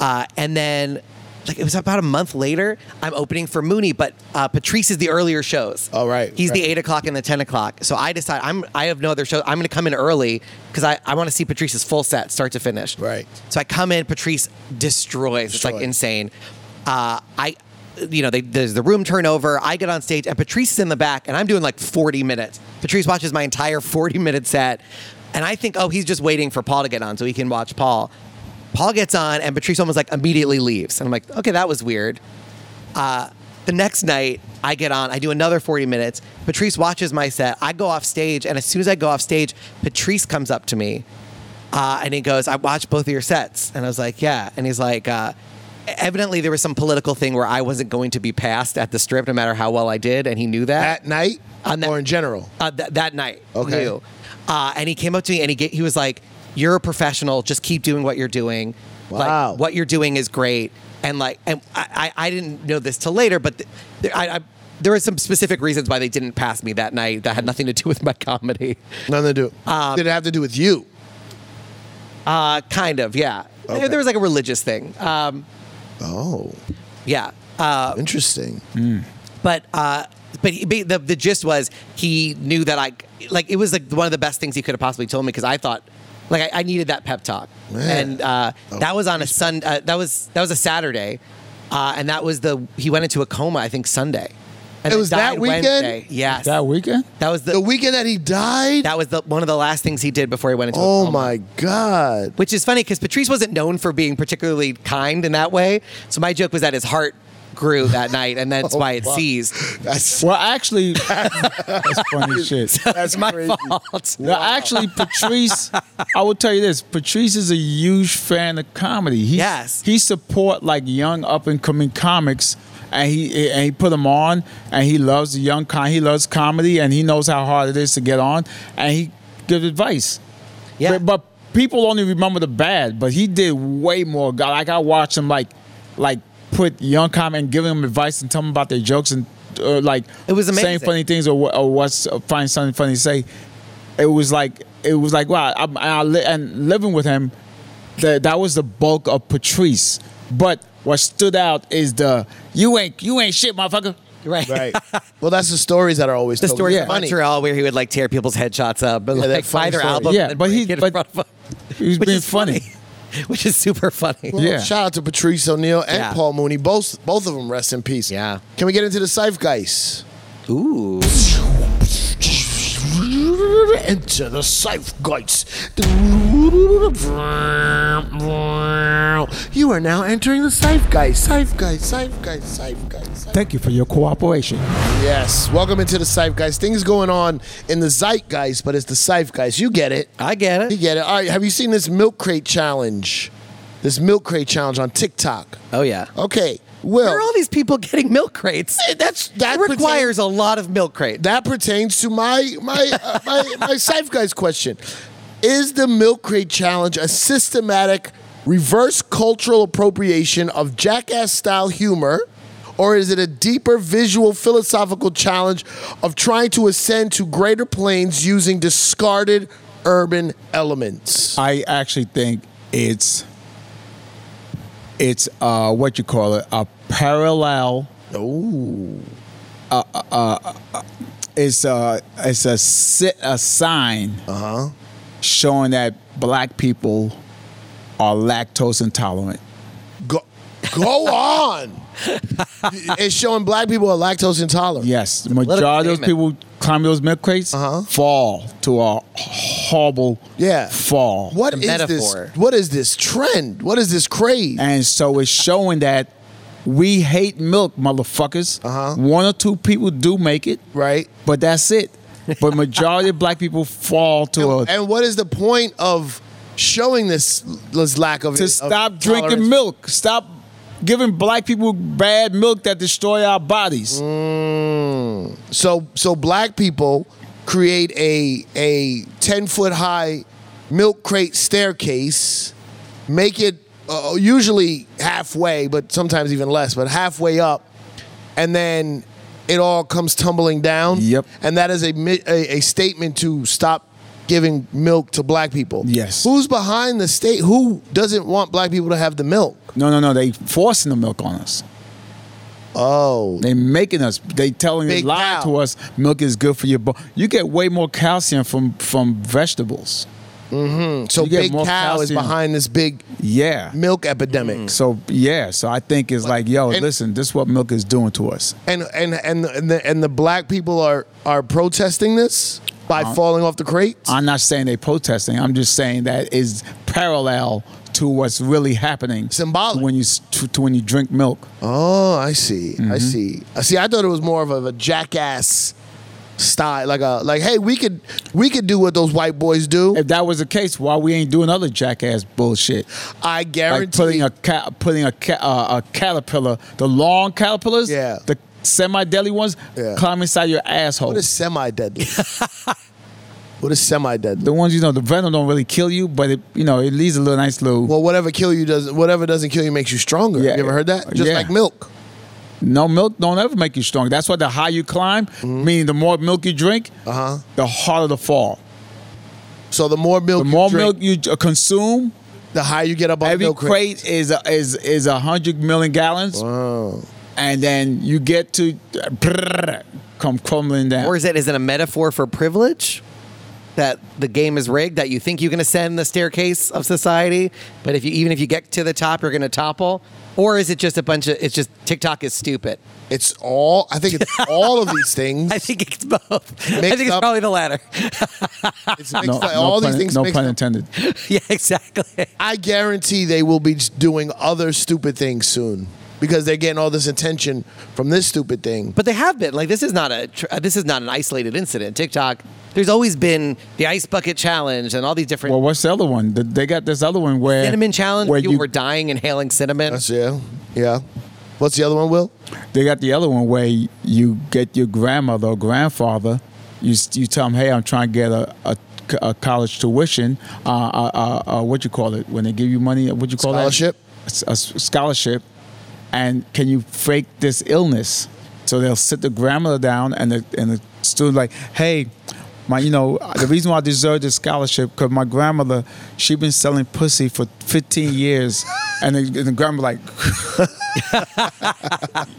Speaker 4: Uh, and then, like it was about a month later, I'm opening for Mooney, but uh, Patrice is the earlier shows.
Speaker 2: Oh, right,
Speaker 4: He's the
Speaker 2: right.
Speaker 4: eight o'clock and the ten o'clock. So I decide I'm I have no other show. I'm going to come in early because I, I want to see Patrice's full set, start to finish.
Speaker 2: Right.
Speaker 4: So I come in, Patrice destroys. It's like
Speaker 2: Destroyed.
Speaker 4: insane. Uh, I, you know, they, there's the room turnover. I get on stage, and Patrice is in the back, and I'm doing like 40 minutes. Patrice watches my entire 40 minute set, and I think, oh, he's just waiting for Paul to get on so he can watch Paul. Paul gets on, and Patrice almost like immediately leaves. And I'm like, okay, that was weird. The next night, I get on, I do another 40 minutes. Patrice watches my set. I go off stage, and as soon as I go off stage, Patrice comes up to me uh, and he goes, I watched both of your sets. And I was like, yeah. And he's like, uh, evidently there was some political thing where I wasn't going to be passed at the strip no matter how well I did, and he knew that
Speaker 2: At night
Speaker 4: On that-
Speaker 2: or in general.
Speaker 4: uh, th- that night.
Speaker 2: Okay.
Speaker 4: Lou. Uh, and he came up to me and he ga- he was like, "You're a professional. Just keep doing what you're doing. Like,
Speaker 2: Wow.
Speaker 4: what you're doing is great." And like, and I, I I didn't know this till later, but th- there, I, I, there were some specific reasons why they didn't pass me that night that had nothing to do with my comedy.
Speaker 2: Nothing to do.
Speaker 4: Um,
Speaker 2: Did it have to do with you?
Speaker 4: Uh, kind of, yeah. There-
Speaker 2: Okay.
Speaker 4: There was like a religious thing. Um,
Speaker 2: Oh,
Speaker 4: yeah. Uh,
Speaker 2: interesting.
Speaker 4: but uh, but he, but the the gist was he knew that I like it was like one of the best things he could have possibly told me because I thought like I, I needed that pep talk
Speaker 2: Man.
Speaker 4: and uh,
Speaker 2: Oh.
Speaker 4: that was on a sun uh, that was that was a Saturday uh, and that was the he went into a coma I think Sunday and
Speaker 2: It
Speaker 4: then
Speaker 2: was that
Speaker 4: died
Speaker 2: weekend?
Speaker 4: Wednesday. yes
Speaker 3: That
Speaker 4: that,
Speaker 3: weekend?
Speaker 4: was the,
Speaker 2: The weekend that he died.
Speaker 4: that was the one of the last things he did before he went into a
Speaker 2: oh
Speaker 4: coma
Speaker 2: my god.
Speaker 4: which is funny because Patrice wasn't known for being particularly kind in that way so my joke was that his heart grew that night and that's why it
Speaker 2: wow.
Speaker 4: seized
Speaker 2: That's
Speaker 3: Well, actually, that's funny as shit.
Speaker 2: that's
Speaker 4: my
Speaker 2: crazy.
Speaker 4: fault
Speaker 3: Well, actually, Patrice, I will tell you this: Patrice is a huge fan of comedy. He,
Speaker 4: Yes.
Speaker 3: he support like young up and coming comics, and he and he put them on, and he loves the young con. He loves comedy, and he knows how hard it is to get on, and he gives advice.
Speaker 4: yeah
Speaker 3: But, but people only remember the bad, but he did way more. God, Like I watched him like like put young comment and giving them advice and tell them about their jokes and uh, like
Speaker 4: It was
Speaker 3: saying
Speaker 4: amazing.
Speaker 3: funny things or, wha- or what's or find something funny to say. It was like it was like wow. I, I li- and living with him, that that was the bulk of Patrice. But what stood out is the you ain't you ain't shit, motherfucker.
Speaker 4: right
Speaker 2: Right. well, that's the stories that are always
Speaker 4: the
Speaker 2: told.
Speaker 4: story
Speaker 2: It's
Speaker 4: of
Speaker 2: funny.
Speaker 4: Montreal where he would like tear people's headshots up and
Speaker 2: Yeah, that
Speaker 4: like
Speaker 2: funny
Speaker 4: buy their
Speaker 2: story.
Speaker 4: album.
Speaker 3: Yeah,
Speaker 4: and then
Speaker 3: but he-
Speaker 4: break it in
Speaker 3: but
Speaker 4: front of 'em.
Speaker 3: He was
Speaker 4: Which
Speaker 3: being
Speaker 4: is
Speaker 3: funny.
Speaker 4: which is super funny.
Speaker 2: Well,
Speaker 3: Yeah.
Speaker 2: Shout out to Patrice O'Neill and
Speaker 4: Yeah.
Speaker 2: Paul Mooney. Both both of them rest in peace.
Speaker 4: Yeah.
Speaker 2: Can we get into the Zeitgeist?
Speaker 4: Ooh,
Speaker 2: Into the Zeitgeist. You are now entering the Zeitgeist. Zeitgeist, Zeitgeist, Zeitgeist. Zeitgeist.
Speaker 3: Thank you for your cooperation.
Speaker 2: Yes. Welcome into the Zeitgeist. Things going on in the Zeitgeist, but it's the Zeitgeist. You get it.
Speaker 4: I get
Speaker 2: You
Speaker 4: it.
Speaker 2: get it. All right. Have you seen this milk crate challenge? This milk crate challenge on TikTok.
Speaker 4: Oh yeah.
Speaker 2: Okay. Will.
Speaker 4: Where are all these people getting milk crates?
Speaker 2: that's that
Speaker 4: That requires a lot of milk crate.
Speaker 2: that pertains to my my uh, my my safe guys question. Is the milk crate challenge a systematic reverse cultural appropriation of jackass style humor? Or is it a deeper visual philosophical challenge of trying to ascend to greater planes using discarded urban elements?
Speaker 3: I actually think it's it's uh what you call it a parallel. Oh. Uh, uh, uh, uh, it's a it's a si- a sign
Speaker 2: Uh-huh.
Speaker 3: showing that black people are lactose intolerant.
Speaker 2: Go, go on. it's showing black people are lactose intolerant.
Speaker 3: Yes, the
Speaker 4: political
Speaker 3: majority of those people
Speaker 4: statement.
Speaker 3: climbing those milk crates, uh-huh. fall to a horrible
Speaker 2: Yeah.
Speaker 3: fall.
Speaker 2: What is
Speaker 4: metaphor.
Speaker 2: this? What is this trend? What is this craze?
Speaker 3: And so it's showing that we hate milk, motherfuckers.
Speaker 2: Uh-huh.
Speaker 3: One or two people do make it,
Speaker 2: right.
Speaker 3: but that's it. But majority of black people fall to a
Speaker 2: And what is the point of showing this this lack of
Speaker 3: to
Speaker 2: of
Speaker 3: stop
Speaker 2: tolerance?
Speaker 3: drinking milk. Stop giving black people bad milk that destroy our bodies.
Speaker 2: Mm. So so black people create a a ten foot high milk crate staircase, make it uh, usually halfway, but sometimes even less, but halfway up, and then it all comes tumbling down.
Speaker 3: Yep.
Speaker 2: And that is a mi- a, a statement to stop giving milk to black people.
Speaker 3: Yes.
Speaker 2: Who's behind the state? Who doesn't want black people to have the milk?
Speaker 3: No, no, no. They forcing the milk on us.
Speaker 2: Oh,
Speaker 3: They making us. They telling they
Speaker 2: Big
Speaker 3: lying
Speaker 2: cow.
Speaker 3: to us. Milk is good for your bone. You get way more calcium from from vegetables.
Speaker 2: so
Speaker 3: you get
Speaker 2: big cow
Speaker 3: more
Speaker 2: is
Speaker 3: calcium.
Speaker 2: behind this big
Speaker 3: Yeah.
Speaker 2: milk epidemic.
Speaker 3: So yeah. So I think it's like, yo,
Speaker 2: Mm. and-
Speaker 3: listen. This is what milk is doing to us.
Speaker 2: and and and the, and the, and the black people are are protesting this by
Speaker 3: Uh-huh.
Speaker 2: falling off the crates.
Speaker 3: I'm not saying they protesting. I'm just saying that is parallel to what's really happening.
Speaker 2: Symbolic.
Speaker 3: when you s- to, to when you drink milk.
Speaker 2: oh, I see.
Speaker 3: Mm-hmm.
Speaker 2: I see. I see. I thought it was more of a, a jackass style, like a like, hey, we could we could do what those white boys do.
Speaker 3: If that was the case, why we ain't doing other jackass bullshit?
Speaker 2: I
Speaker 3: Like
Speaker 2: guarantee.
Speaker 3: putting a ca- putting a ca- uh, a caterpillar, the long caterpillars,
Speaker 2: Yeah.
Speaker 3: the semi deli ones,
Speaker 2: Yeah.
Speaker 3: climb inside your asshole.
Speaker 2: what is semi deadly? what is semi deadly?
Speaker 3: the ones you know, the venom don't really kill you, but it you know it leaves a little nice little.
Speaker 2: Well, whatever kill you does, whatever doesn't kill you makes you stronger.
Speaker 3: Yeah.
Speaker 2: you ever heard that? Just
Speaker 3: Yeah.
Speaker 2: like milk.
Speaker 3: no milk don't ever make you strong. That's why the higher you climb, meaning the more milk you drink,
Speaker 2: Mm-hmm. Uh-huh.
Speaker 3: the harder the fall.
Speaker 2: So the more milk,
Speaker 3: The more
Speaker 2: you drink,
Speaker 3: milk you uh, consume,
Speaker 2: the higher you get up on the
Speaker 3: every
Speaker 2: milk crate.
Speaker 3: crate is a, is is a hundred million gallons,
Speaker 2: Oh.
Speaker 3: and then you get to uh, brrr, come crumbling down.
Speaker 4: Or is it is it a metaphor for privilege? That the game is rigged, that you think you're gonna ascend the staircase of society, but if you even if you get to the top, you're gonna topple? Or is it just a bunch of it's just TikTok is stupid?
Speaker 2: It's all. I think it's all of these things.
Speaker 4: I think it's both. I
Speaker 2: Mixed
Speaker 4: think it's
Speaker 2: up.
Speaker 4: probably the latter.
Speaker 2: It's mixed
Speaker 3: no,
Speaker 2: up.
Speaker 3: no
Speaker 2: all
Speaker 3: pun,
Speaker 2: these things
Speaker 3: no
Speaker 2: mixed
Speaker 3: pun
Speaker 2: up.
Speaker 3: intended.
Speaker 4: yeah, exactly.
Speaker 2: I guarantee they will be doing other stupid things soon because they're getting all this attention from this stupid thing.
Speaker 4: But they have been like this is not a tr- uh, this is not an isolated incident. TikTok, there's always been the ice bucket challenge and all these different
Speaker 3: Well, what's the other one? Th- They got this other one where
Speaker 4: cinnamon challenge.
Speaker 3: Where
Speaker 4: Where
Speaker 3: you,
Speaker 4: people were dying inhaling cinnamon.
Speaker 2: That's yeah, yeah. What's the other one, Will?
Speaker 3: they got the other one where you get your grandmother or grandfather. You s- you tell them, hey, I'm trying to get a. a c- a college tuition, uh, uh, uh, uh, what you call it when they give you money? What you call
Speaker 2: Scholarship?
Speaker 3: That? S- A s- scholarship, and can you fake this illness? So they'll sit the grandmother down, and the and the student like, hey, my, you know, the reason why I deserve this scholarship because my grandmother, she been selling pussy for 15 years, and the, and the grandma like,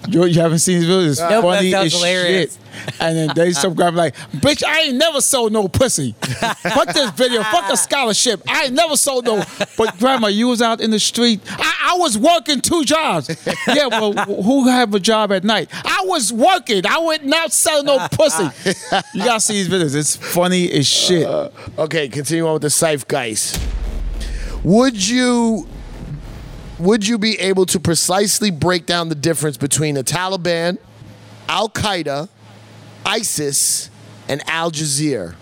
Speaker 3: you, you haven't seen this video? It's
Speaker 4: Nope, that
Speaker 3: funny
Speaker 4: sounds
Speaker 3: as
Speaker 4: hilarious.
Speaker 3: shit. And then they some guy be like, bitch, I ain't never sold no pussy. Fuck this video. Fuck a scholarship. I ain't never sold no. But grandma, you was out in the street. I, I was working two jobs. Yeah, well, who have a job at night? I was working. I would not sell no pussy. You gotta see these videos. It's funny as shit.
Speaker 2: Uh, Okay, continue on with the Sife guys. Would you would you be able to precisely break down the difference between the Taliban, Al Qaeda, ISIS, and Al Jazeera?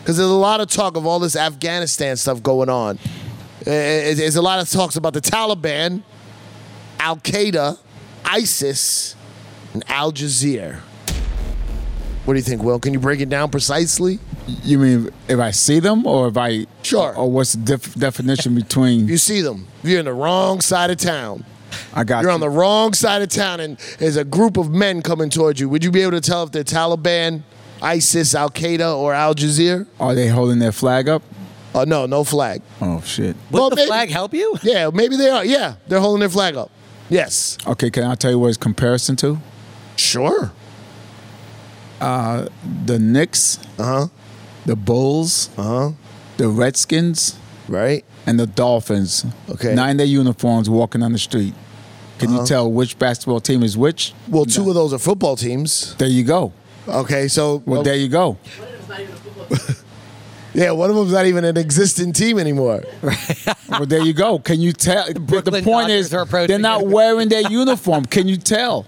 Speaker 2: Because there's a lot of talk of all this Afghanistan stuff going on. Eh, eh, There's a lot of talks about the Taliban, Al Qaeda, ISIS, and Al Jazeera. What do you think, Will? Can you break it down precisely?
Speaker 3: You mean if I see them or if I.
Speaker 2: Sure.
Speaker 3: Or what's the def- definition between.
Speaker 2: You see them. You're in the wrong side of town.
Speaker 3: I got
Speaker 2: You're
Speaker 3: you.
Speaker 2: on the wrong side of town, and there's a group of men coming towards you. Would you be able to tell if they're Taliban, ISIS, Al Qaeda, or Al Jazeera?
Speaker 3: Are they holding their flag up?
Speaker 2: Oh no, no flag.
Speaker 3: Oh, shit.
Speaker 4: Would
Speaker 2: Well,
Speaker 4: the
Speaker 2: maybe-
Speaker 4: flag help you?
Speaker 2: Yeah, maybe they are. Yeah, they're holding their flag up. Yes.
Speaker 3: Okay, can I tell you what it's comparison to?
Speaker 2: Sure.
Speaker 3: The Knicks,
Speaker 2: Uh huh.
Speaker 3: the Bulls,
Speaker 2: Uh huh.
Speaker 3: the Redskins,
Speaker 2: Right.
Speaker 3: and the Dolphins.
Speaker 2: Okay.
Speaker 3: Nine day uniforms walking on the street. Can you tell which basketball team is which?
Speaker 2: Well, two of those are football teams.
Speaker 3: There you go.
Speaker 2: Okay, so
Speaker 3: Well, there you go.
Speaker 2: yeah, one of them's not even an existing team anymore.
Speaker 3: Well, there you go. Can you tell? But the
Speaker 4: Brooklyn
Speaker 3: point
Speaker 4: Dodgers
Speaker 3: is,
Speaker 4: are approaching
Speaker 3: they're not
Speaker 4: it.
Speaker 3: wearing their uniform. Can you tell?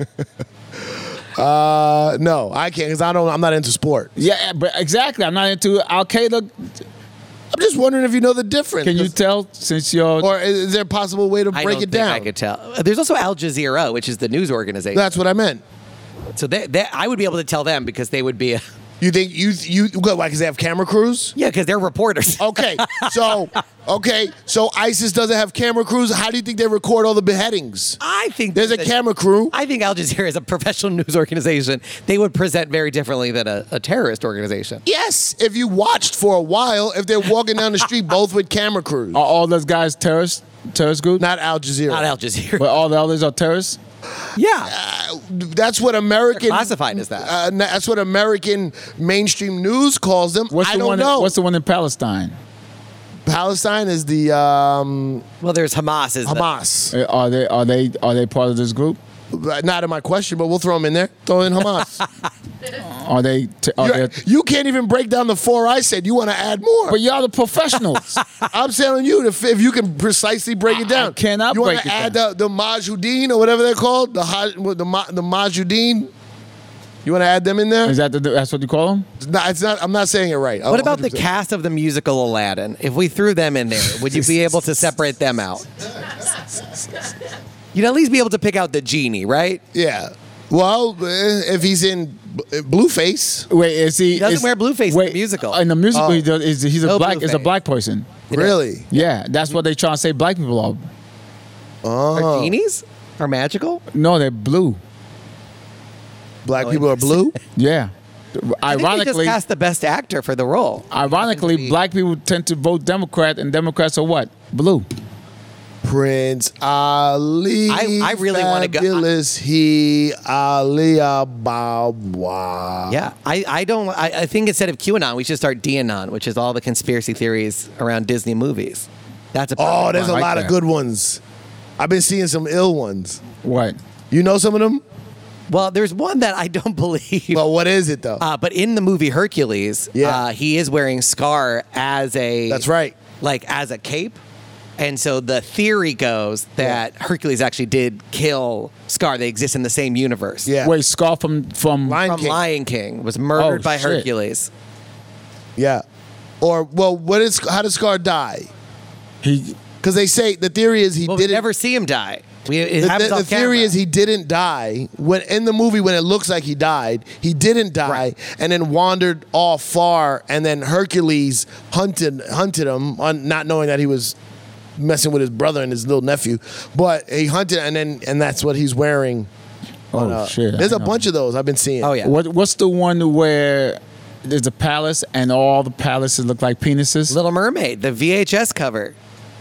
Speaker 2: Uh, no, I can't because I don't. I'm not into sport.
Speaker 3: Yeah, but exactly. I'm not into Al Qaeda.
Speaker 2: I'm just wondering if you know the difference.
Speaker 3: Can you tell? Since you're
Speaker 2: or is is there a possible way to break
Speaker 4: I don't
Speaker 2: it
Speaker 4: think
Speaker 2: down?
Speaker 4: I could tell. There's also Al Jazeera, which is the news organization.
Speaker 2: That's what I meant.
Speaker 4: so they, they, I would be able to tell them because they would be, uh,
Speaker 2: You think you you what, why? Because they have camera crews.
Speaker 4: yeah, because they're reporters.
Speaker 2: Okay, so okay, so ISIS doesn't have camera crews. How do you think they record all the beheadings?
Speaker 4: I think
Speaker 2: There's a
Speaker 4: that-
Speaker 2: camera crew.
Speaker 4: I think Al Jazeera is a professional news organization. They would present very differently than a, a terrorist organization.
Speaker 2: Yes, if you watched for a while, if they're walking down the street both with camera crews,
Speaker 3: are all those guys terrorists? Terrorist group?
Speaker 2: not Al Jazeera.
Speaker 4: Oh. Not Al Jazeera.
Speaker 3: but all the others are terrorists.
Speaker 4: yeah.
Speaker 2: Uh, that's what American
Speaker 4: classified as that.
Speaker 2: Uh, that's what American mainstream news calls them.
Speaker 3: What's
Speaker 2: I
Speaker 3: the
Speaker 2: don't
Speaker 3: one?
Speaker 2: know.
Speaker 3: What's the one in Palestine?
Speaker 2: Palestine is the um,
Speaker 4: Well, there's Hamas. Is
Speaker 2: Hamas.
Speaker 3: Uh, Are they? Are they? Are they part of this group?
Speaker 2: Not in my question, but we'll throw them in there. Throw in Hamas.
Speaker 3: Are they? T- are
Speaker 2: You're-
Speaker 3: they?
Speaker 2: you can't even break down the four I said. You want to add more.
Speaker 3: But y'all the professionals.
Speaker 2: I'm telling you, if, if you can precisely break it
Speaker 3: I
Speaker 2: down,
Speaker 3: cannot
Speaker 2: You wanna
Speaker 3: break it
Speaker 2: add
Speaker 3: down.
Speaker 2: the the Majuddin or whatever they're called, the Haj- what, the Ma- the Majuddin. You want to add them in there?
Speaker 3: Is that the, that's what you call them?
Speaker 2: It's not, it's not- I'm not saying it right.
Speaker 4: What about the
Speaker 2: 100%.
Speaker 4: cast of the musical Aladdin? If we threw them in there, would you be able to separate them out? You'd at least be able to pick out the genie, right?
Speaker 2: Yeah. Well, eh, if he's in B- eh, Blueface,
Speaker 3: Wait, is he?
Speaker 4: doesn't
Speaker 3: is-
Speaker 4: wear blueface in the musical.
Speaker 3: In the musical,
Speaker 2: Oh.
Speaker 3: he does, is, he's a
Speaker 4: No
Speaker 3: black. Is a
Speaker 4: blueface.
Speaker 3: black person.
Speaker 2: really?
Speaker 3: Yeah, that's what they trying to say. Black people are.
Speaker 2: Uh-huh.
Speaker 4: Are genies? Are magical?
Speaker 3: No, they're blue.
Speaker 2: Black
Speaker 4: Oh,
Speaker 2: people are blue.
Speaker 3: Yeah.
Speaker 4: I think they just
Speaker 3: Ironically,
Speaker 4: cast the best actor for the role.
Speaker 2: Uh-huh.
Speaker 3: ironically, black people tend to vote Democrat, and Democrats are what? Blue.
Speaker 2: Prince Ali.
Speaker 4: I- I really wanna go-
Speaker 2: Fabulous he Ali Ababa.
Speaker 4: Yeah, I, I don't. I, I think instead of QAnon, we should start DNon, which is all the conspiracy theories around Disney movies. That's a
Speaker 2: Oh,
Speaker 4: perfect
Speaker 2: there's a
Speaker 4: one.
Speaker 3: like
Speaker 2: lot of
Speaker 3: that.
Speaker 2: good ones. I've been seeing some ill ones.
Speaker 3: What?
Speaker 2: You know some of them?
Speaker 4: well, there's one that I don't believe.
Speaker 2: Well, what is it though?
Speaker 4: uh, but in the movie Hercules,
Speaker 2: Yeah.
Speaker 4: uh, he is wearing Scar as a
Speaker 2: That's right.
Speaker 4: like as a cape. And so the theory goes that Hercules actually did kill Scar. They exist in the same universe.
Speaker 2: Yeah.
Speaker 3: Wait, Scar from from
Speaker 2: Lion
Speaker 4: From
Speaker 2: King.
Speaker 4: Lion King was murdered
Speaker 3: Oh,
Speaker 4: by
Speaker 3: shit.
Speaker 4: Hercules.
Speaker 2: Yeah. Or well, what is how does Scar die?
Speaker 3: he?
Speaker 2: Because they say the theory is he
Speaker 4: Well, we
Speaker 2: didn't.
Speaker 4: never see him die. We, it
Speaker 2: the
Speaker 4: happens
Speaker 2: the-
Speaker 4: off
Speaker 2: the theory
Speaker 4: camera.
Speaker 2: is he didn't die when in the movie when it looks like he died, he didn't die
Speaker 4: Right.
Speaker 2: and then wandered off far, and then Hercules hunted hunted him, on, not knowing that he was messing with his brother and his little nephew. But he hunted, and then and that's what he's wearing. Uh,
Speaker 3: Oh shit!
Speaker 2: There's
Speaker 3: a
Speaker 2: a bunch of those I've been seeing.
Speaker 4: Oh yeah.
Speaker 3: What What's the one where there's a palace and all the palaces look like penises?
Speaker 4: Little Mermaid, the VHS cover.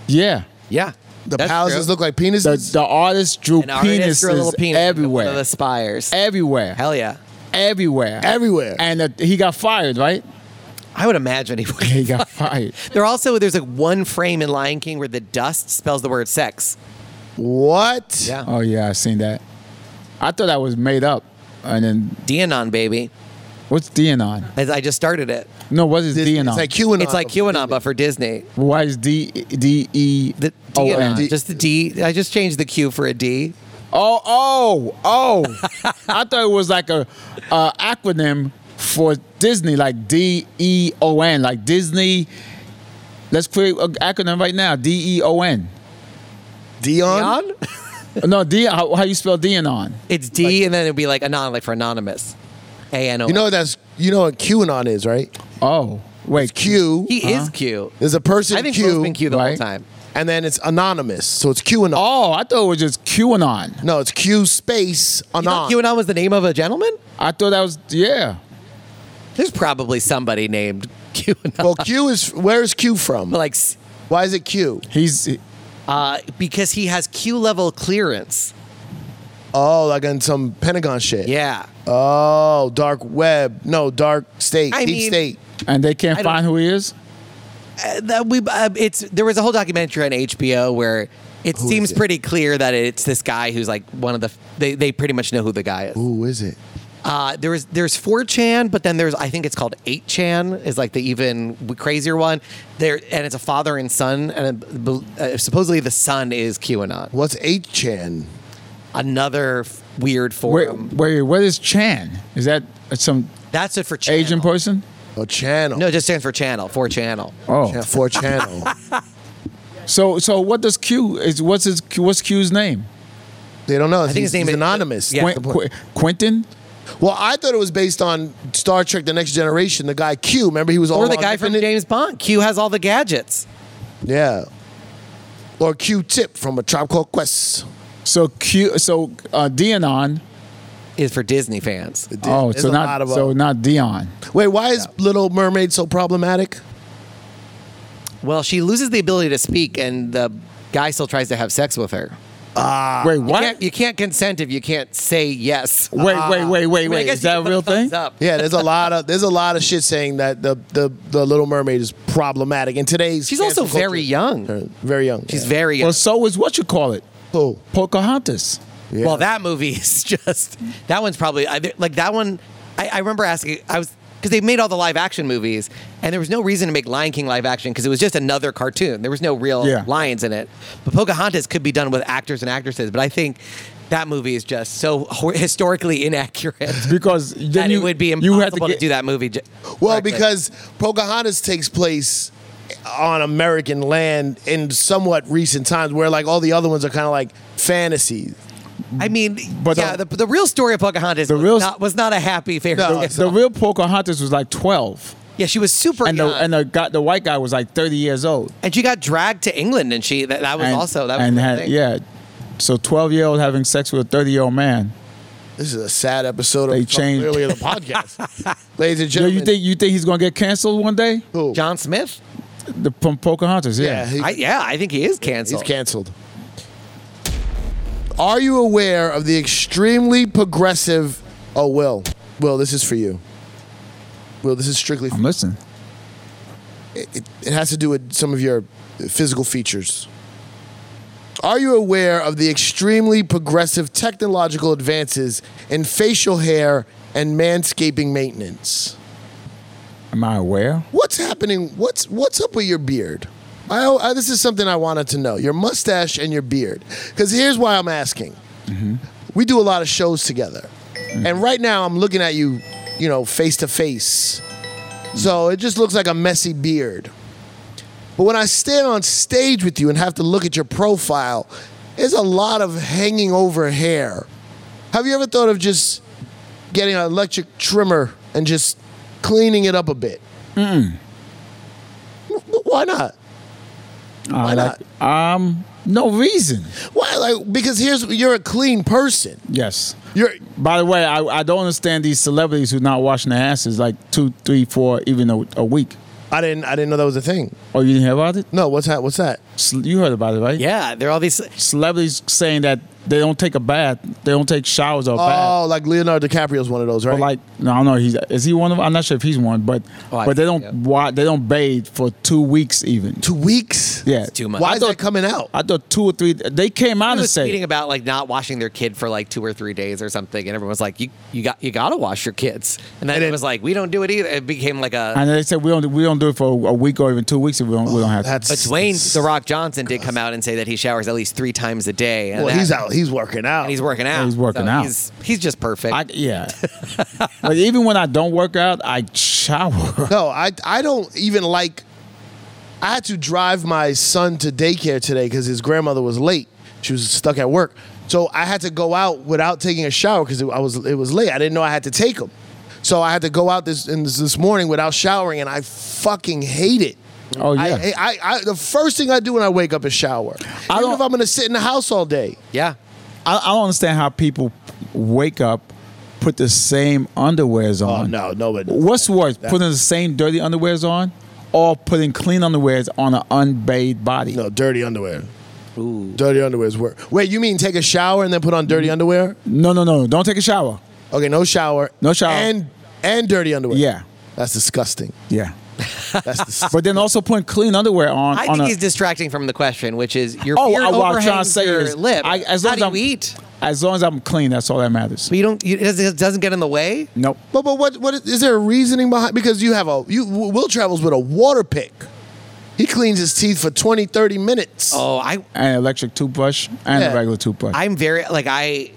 Speaker 3: yeah.
Speaker 4: Yeah.
Speaker 2: the palaces look like penises.
Speaker 3: The, the artist drew
Speaker 4: an artist drew a little
Speaker 3: penises
Speaker 4: penis into one of
Speaker 3: everywhere,
Speaker 4: the spires.
Speaker 3: everywhere,
Speaker 4: Hell yeah.
Speaker 3: everywhere,
Speaker 2: Everywhere.
Speaker 3: and uh, he got fired, right?
Speaker 4: I would imagine he
Speaker 3: He
Speaker 4: would.
Speaker 3: got fired.
Speaker 4: There also there's like one frame in Lion King where the dust spells the word sex.
Speaker 2: what?
Speaker 4: Yeah.
Speaker 3: Oh yeah, I seen that. I thought that was made up, and then
Speaker 4: DNon baby.
Speaker 3: what's DNon?
Speaker 4: As I just started it.
Speaker 3: No, what is
Speaker 2: Disney.
Speaker 3: DNon?
Speaker 2: It's like QAnon.
Speaker 4: It's like QAnon but for Disney.
Speaker 3: Why is D D E
Speaker 4: The
Speaker 3: O
Speaker 2: Oh,
Speaker 4: DNon,
Speaker 3: N?
Speaker 4: just the D. I just changed the Q for a D.
Speaker 3: Oh oh oh! I thought it was like a uh, acronym for Disney, like D E O N, like Disney. Let's create an acronym right now. D E O N.
Speaker 2: Dion.
Speaker 4: Anon?
Speaker 3: No, D. How, how you spell DNon?
Speaker 4: It's D, and then it'd be like anon, like for anonymous. A N O.
Speaker 2: You know what that's you know what QAnon is, right?
Speaker 3: Oh wait,
Speaker 2: Q.
Speaker 4: he is Q.
Speaker 2: There's a person
Speaker 4: I think
Speaker 2: Q,
Speaker 4: Phil's been Q the whole
Speaker 3: right?
Speaker 4: time.
Speaker 2: and then it's anonymous, so it's QAnon.
Speaker 3: Oh, I thought it was just QAnon.
Speaker 2: No, it's Q space
Speaker 4: You thought
Speaker 2: anon.
Speaker 4: QAnon was the name of a gentleman?
Speaker 3: I thought that was yeah.
Speaker 4: There's probably somebody named QAnon.
Speaker 2: well, Q is where is Q from?
Speaker 4: Like, s-
Speaker 2: Why is it Q?
Speaker 3: He's
Speaker 4: uh, because he has Q level clearance.
Speaker 2: Oh, like on some Pentagon shit.
Speaker 4: Yeah.
Speaker 2: Oh, dark web. No, dark state.
Speaker 4: I
Speaker 2: deep
Speaker 4: mean-
Speaker 2: state.
Speaker 3: and they can't
Speaker 4: I don't-
Speaker 3: find who he is.
Speaker 4: Uh, that we uh, it's there was a whole documentary on HBO where it
Speaker 2: Who
Speaker 4: seems
Speaker 2: is it?
Speaker 4: pretty clear that it's this guy who's like one of the they they pretty much know who the guy is.
Speaker 2: Who is it?
Speaker 4: Uh, there is there's 4chan, but then there's I think it's called 8chan is like the even crazier one. There and it's a father and son, and uh, uh, supposedly the son is QAnon.
Speaker 2: What's 8chan?
Speaker 4: Another f- weird
Speaker 3: Where,
Speaker 4: forum.
Speaker 3: where, what is Chan? Is that some
Speaker 4: That's it for channel.
Speaker 3: Asian person?
Speaker 2: A channel.
Speaker 4: No, it just stands for channel. For channel.
Speaker 2: Yeah,
Speaker 3: Oh,
Speaker 2: for channel.
Speaker 3: so so what does Q is? What's his? What's Q's name?
Speaker 2: they don't know. I
Speaker 4: think his name is-
Speaker 2: anonymous.
Speaker 4: Yeah.
Speaker 3: Quin- Qu- Quentin?
Speaker 2: Well, I thought it was based on Star Trek: The Next Generation. The guy Q. Remember, he was all
Speaker 3: Oh,
Speaker 4: Or the
Speaker 2: on
Speaker 4: guy from
Speaker 2: different-
Speaker 4: James Bond. Q has all the gadgets.
Speaker 2: Yeah. Or Q Tip from a Tribe Called Quest.
Speaker 3: So Q. So uh, Dion.
Speaker 4: Is for Disney fans.
Speaker 3: Oh,
Speaker 2: There's a
Speaker 3: so
Speaker 2: lot
Speaker 3: not
Speaker 2: of, uh,
Speaker 3: so not Dion.
Speaker 2: Wait, why is Little Mermaid so problematic?
Speaker 4: Well, she loses the ability to speak, and the guy still tries to have sex with her.
Speaker 3: wait,
Speaker 4: You
Speaker 3: what?
Speaker 4: uh, can't, you can't consent if you can't say yes.
Speaker 3: Wait, wait, wait, wait,
Speaker 4: I mean, I
Speaker 3: wait.
Speaker 4: guess
Speaker 3: Is
Speaker 4: you
Speaker 3: that a
Speaker 4: can put
Speaker 3: real thing?
Speaker 4: thumbs up.
Speaker 2: Yeah, there's a lot of there's a lot of shit saying that the the, the Little Mermaid is problematic. And today's
Speaker 4: She's also
Speaker 2: cancel
Speaker 4: very young.
Speaker 2: culture- very young.
Speaker 4: She's
Speaker 2: yeah.
Speaker 4: very young.
Speaker 3: Well, so is what you call it,
Speaker 2: cool.
Speaker 3: Pocahontas.
Speaker 2: Yeah.
Speaker 4: Well, that movie is just that one's probably I- like that one. I, I remember asking. I was because they made all the live action movies, and there was no reason to make Lion King live action because it was just another cartoon. There was no real
Speaker 3: Yeah.
Speaker 4: lions in it. But Pocahontas could be done with actors and actresses. But I think that movie is just so hor- historically inaccurate.
Speaker 3: Because then
Speaker 4: that
Speaker 3: you
Speaker 4: it would be impossible
Speaker 3: you had to,
Speaker 4: to,
Speaker 3: get,
Speaker 4: do that movie. j-
Speaker 2: Well,
Speaker 4: correctly.
Speaker 2: because Pocahontas takes place on American land in somewhat recent times, where like all the other ones are kind of like fantasies.
Speaker 4: I mean,
Speaker 3: But
Speaker 4: yeah,
Speaker 3: the-
Speaker 4: the, the real story of Pocahontas
Speaker 3: The
Speaker 4: was,
Speaker 3: real-
Speaker 4: not, was not a happy fairy
Speaker 2: No,
Speaker 4: tale.
Speaker 2: it's
Speaker 3: The real Pocahontas was like twelve,
Speaker 4: Oh, Yeah, she was super
Speaker 3: and
Speaker 4: young,
Speaker 3: the and the guy, the white guy was like thirty years old.
Speaker 4: and she got dragged to England, and she that, that was
Speaker 3: and,
Speaker 4: also that was
Speaker 3: and
Speaker 4: a
Speaker 3: had,
Speaker 4: thing.
Speaker 3: yeah. So twelve year old having sex with a thirty year old man.
Speaker 2: This is a sad episode
Speaker 3: They
Speaker 2: of
Speaker 3: changed-
Speaker 2: earlier the podcast, ladies and
Speaker 3: Yo,
Speaker 2: gentlemen.
Speaker 3: you think you think he's gonna get canceled one day?
Speaker 2: Who?
Speaker 4: John Smith.
Speaker 3: The from Pocahontas,
Speaker 2: Yeah,
Speaker 3: yeah.
Speaker 2: he-
Speaker 4: I, yeah, I think he
Speaker 2: He's
Speaker 4: is canceled.
Speaker 2: canceled. Are you aware of the extremely progressive? Oh, Will. Will, this is for you. Will, this is strictly.
Speaker 3: I'm listening.
Speaker 2: It, it, it has to do with some of your physical features. Are you aware of the extremely progressive technological advances in facial hair and manscaping maintenance?
Speaker 3: Am I aware?
Speaker 2: What's happening? What's what's up with your beard? I, I, this is something I wanted to know. Your mustache and your beard. Because here's why I'm asking. We do a lot of shows together, and right now I'm looking at you, you know, face to face. So it just looks like a messy beard. But when I stand on stage with you and have to look at your profile, there's a lot of hanging over hair. Have you ever thought of just getting an electric trimmer and just cleaning it up a bit? Wh- Why not?
Speaker 3: Why
Speaker 2: not?
Speaker 3: Um, no reason.
Speaker 2: Why like because here's you're a clean person.
Speaker 3: Yes.
Speaker 2: You're
Speaker 3: By the way, I, I don't understand these celebrities who not washing their asses like two, three, four, even a, a week.
Speaker 2: I didn't I didn't know that was a thing.
Speaker 3: Oh, you didn't hear about it?
Speaker 2: No, what's that? What's that?
Speaker 3: Ce- You heard about it, right?
Speaker 4: Yeah, there are all these.
Speaker 3: Celebrities saying that they don't take a bath, they don't take showers or baths.
Speaker 2: Oh, like Leonardo DiCaprio's one of those, right?
Speaker 3: Or like, no, I don't know. He's is he one of? I'm not sure if he's one, but
Speaker 4: Oh, I
Speaker 3: but they
Speaker 4: see,
Speaker 3: don't
Speaker 4: yeah.
Speaker 3: wa- they don't bathe for two weeks even.
Speaker 2: two weeks.
Speaker 3: Yeah,
Speaker 4: too much.
Speaker 2: Why
Speaker 4: I
Speaker 2: is that coming out?
Speaker 3: I thought two or three. They came
Speaker 4: I
Speaker 3: out and
Speaker 4: was tweeting
Speaker 3: said,
Speaker 4: about like not washing their kid for like two or three days or something, and everyone was like, "You you got you gotta wash your kids," and then
Speaker 2: And
Speaker 4: it,
Speaker 2: it-
Speaker 4: was like, "We don't do it either." It became like a.
Speaker 3: and they said we don't we don't do it for a week or even two weeks if we don't we don't have. to."
Speaker 2: That's
Speaker 4: But Dwayne the Rock Johnson did come out and say that he showers at least three times a day. And
Speaker 2: Well,
Speaker 4: that-
Speaker 2: he's out. He's working out.
Speaker 4: And he's working out.
Speaker 3: he's working out.
Speaker 4: He's, he's just perfect.
Speaker 3: I, yeah, but even when I don't work out, I shower.
Speaker 2: No, I I don't even like. I had to drive my son to daycare today because his grandmother was late. She was stuck at work, so I had to go out without taking a shower because I was it was late. I didn't know I had to take him, so I had to go out this in this, this morning without showering, and I fucking hate it.
Speaker 3: Oh yeah,
Speaker 2: I, I, I the first thing I do when I wake up is shower. I don't
Speaker 3: don't-
Speaker 2: know if I'm gonna sit in the house all day.
Speaker 4: yeah.
Speaker 3: I, I don't understand how people wake up, put the same underwears
Speaker 2: Oh
Speaker 3: on.
Speaker 2: no, no, but
Speaker 3: What's worse, putting the same dirty underwears on, or putting clean underwears on an unbathed body?
Speaker 2: no dirty underwear. Ooh. Dirty underwear is work. Wait, you mean take a shower and then put on
Speaker 3: Mm-hmm.
Speaker 2: dirty underwear?
Speaker 3: No, no, no. Don't take a shower.
Speaker 2: Okay, no shower.
Speaker 3: No shower.
Speaker 2: And and dirty underwear.
Speaker 3: Yeah.
Speaker 2: That's disgusting.
Speaker 3: Yeah,
Speaker 2: That's disgusting.
Speaker 3: but then also putting clean underwear on.
Speaker 4: I
Speaker 3: on
Speaker 4: think
Speaker 3: a,
Speaker 4: he's distracting from the question, which is your
Speaker 3: Oh,
Speaker 4: beard
Speaker 3: uh, what I was trying to
Speaker 4: overhangs
Speaker 3: say
Speaker 4: your
Speaker 3: is,
Speaker 4: lip.
Speaker 3: I- as
Speaker 4: How
Speaker 3: long as
Speaker 4: do
Speaker 3: I'm-
Speaker 4: you eat?
Speaker 3: As long as I'm clean, that's all that matters.
Speaker 4: But you don't. You, it doesn't- it doesn't get in the way.
Speaker 3: Nope.
Speaker 2: But but what what is, is there a reasoning behind? Because you have a you Will travels with a water pick. He cleans his teeth for 20, 30 minutes.
Speaker 4: Oh, I
Speaker 3: An electric toothbrush and
Speaker 2: Yeah.
Speaker 3: a regular toothbrush.
Speaker 4: I'm very like I,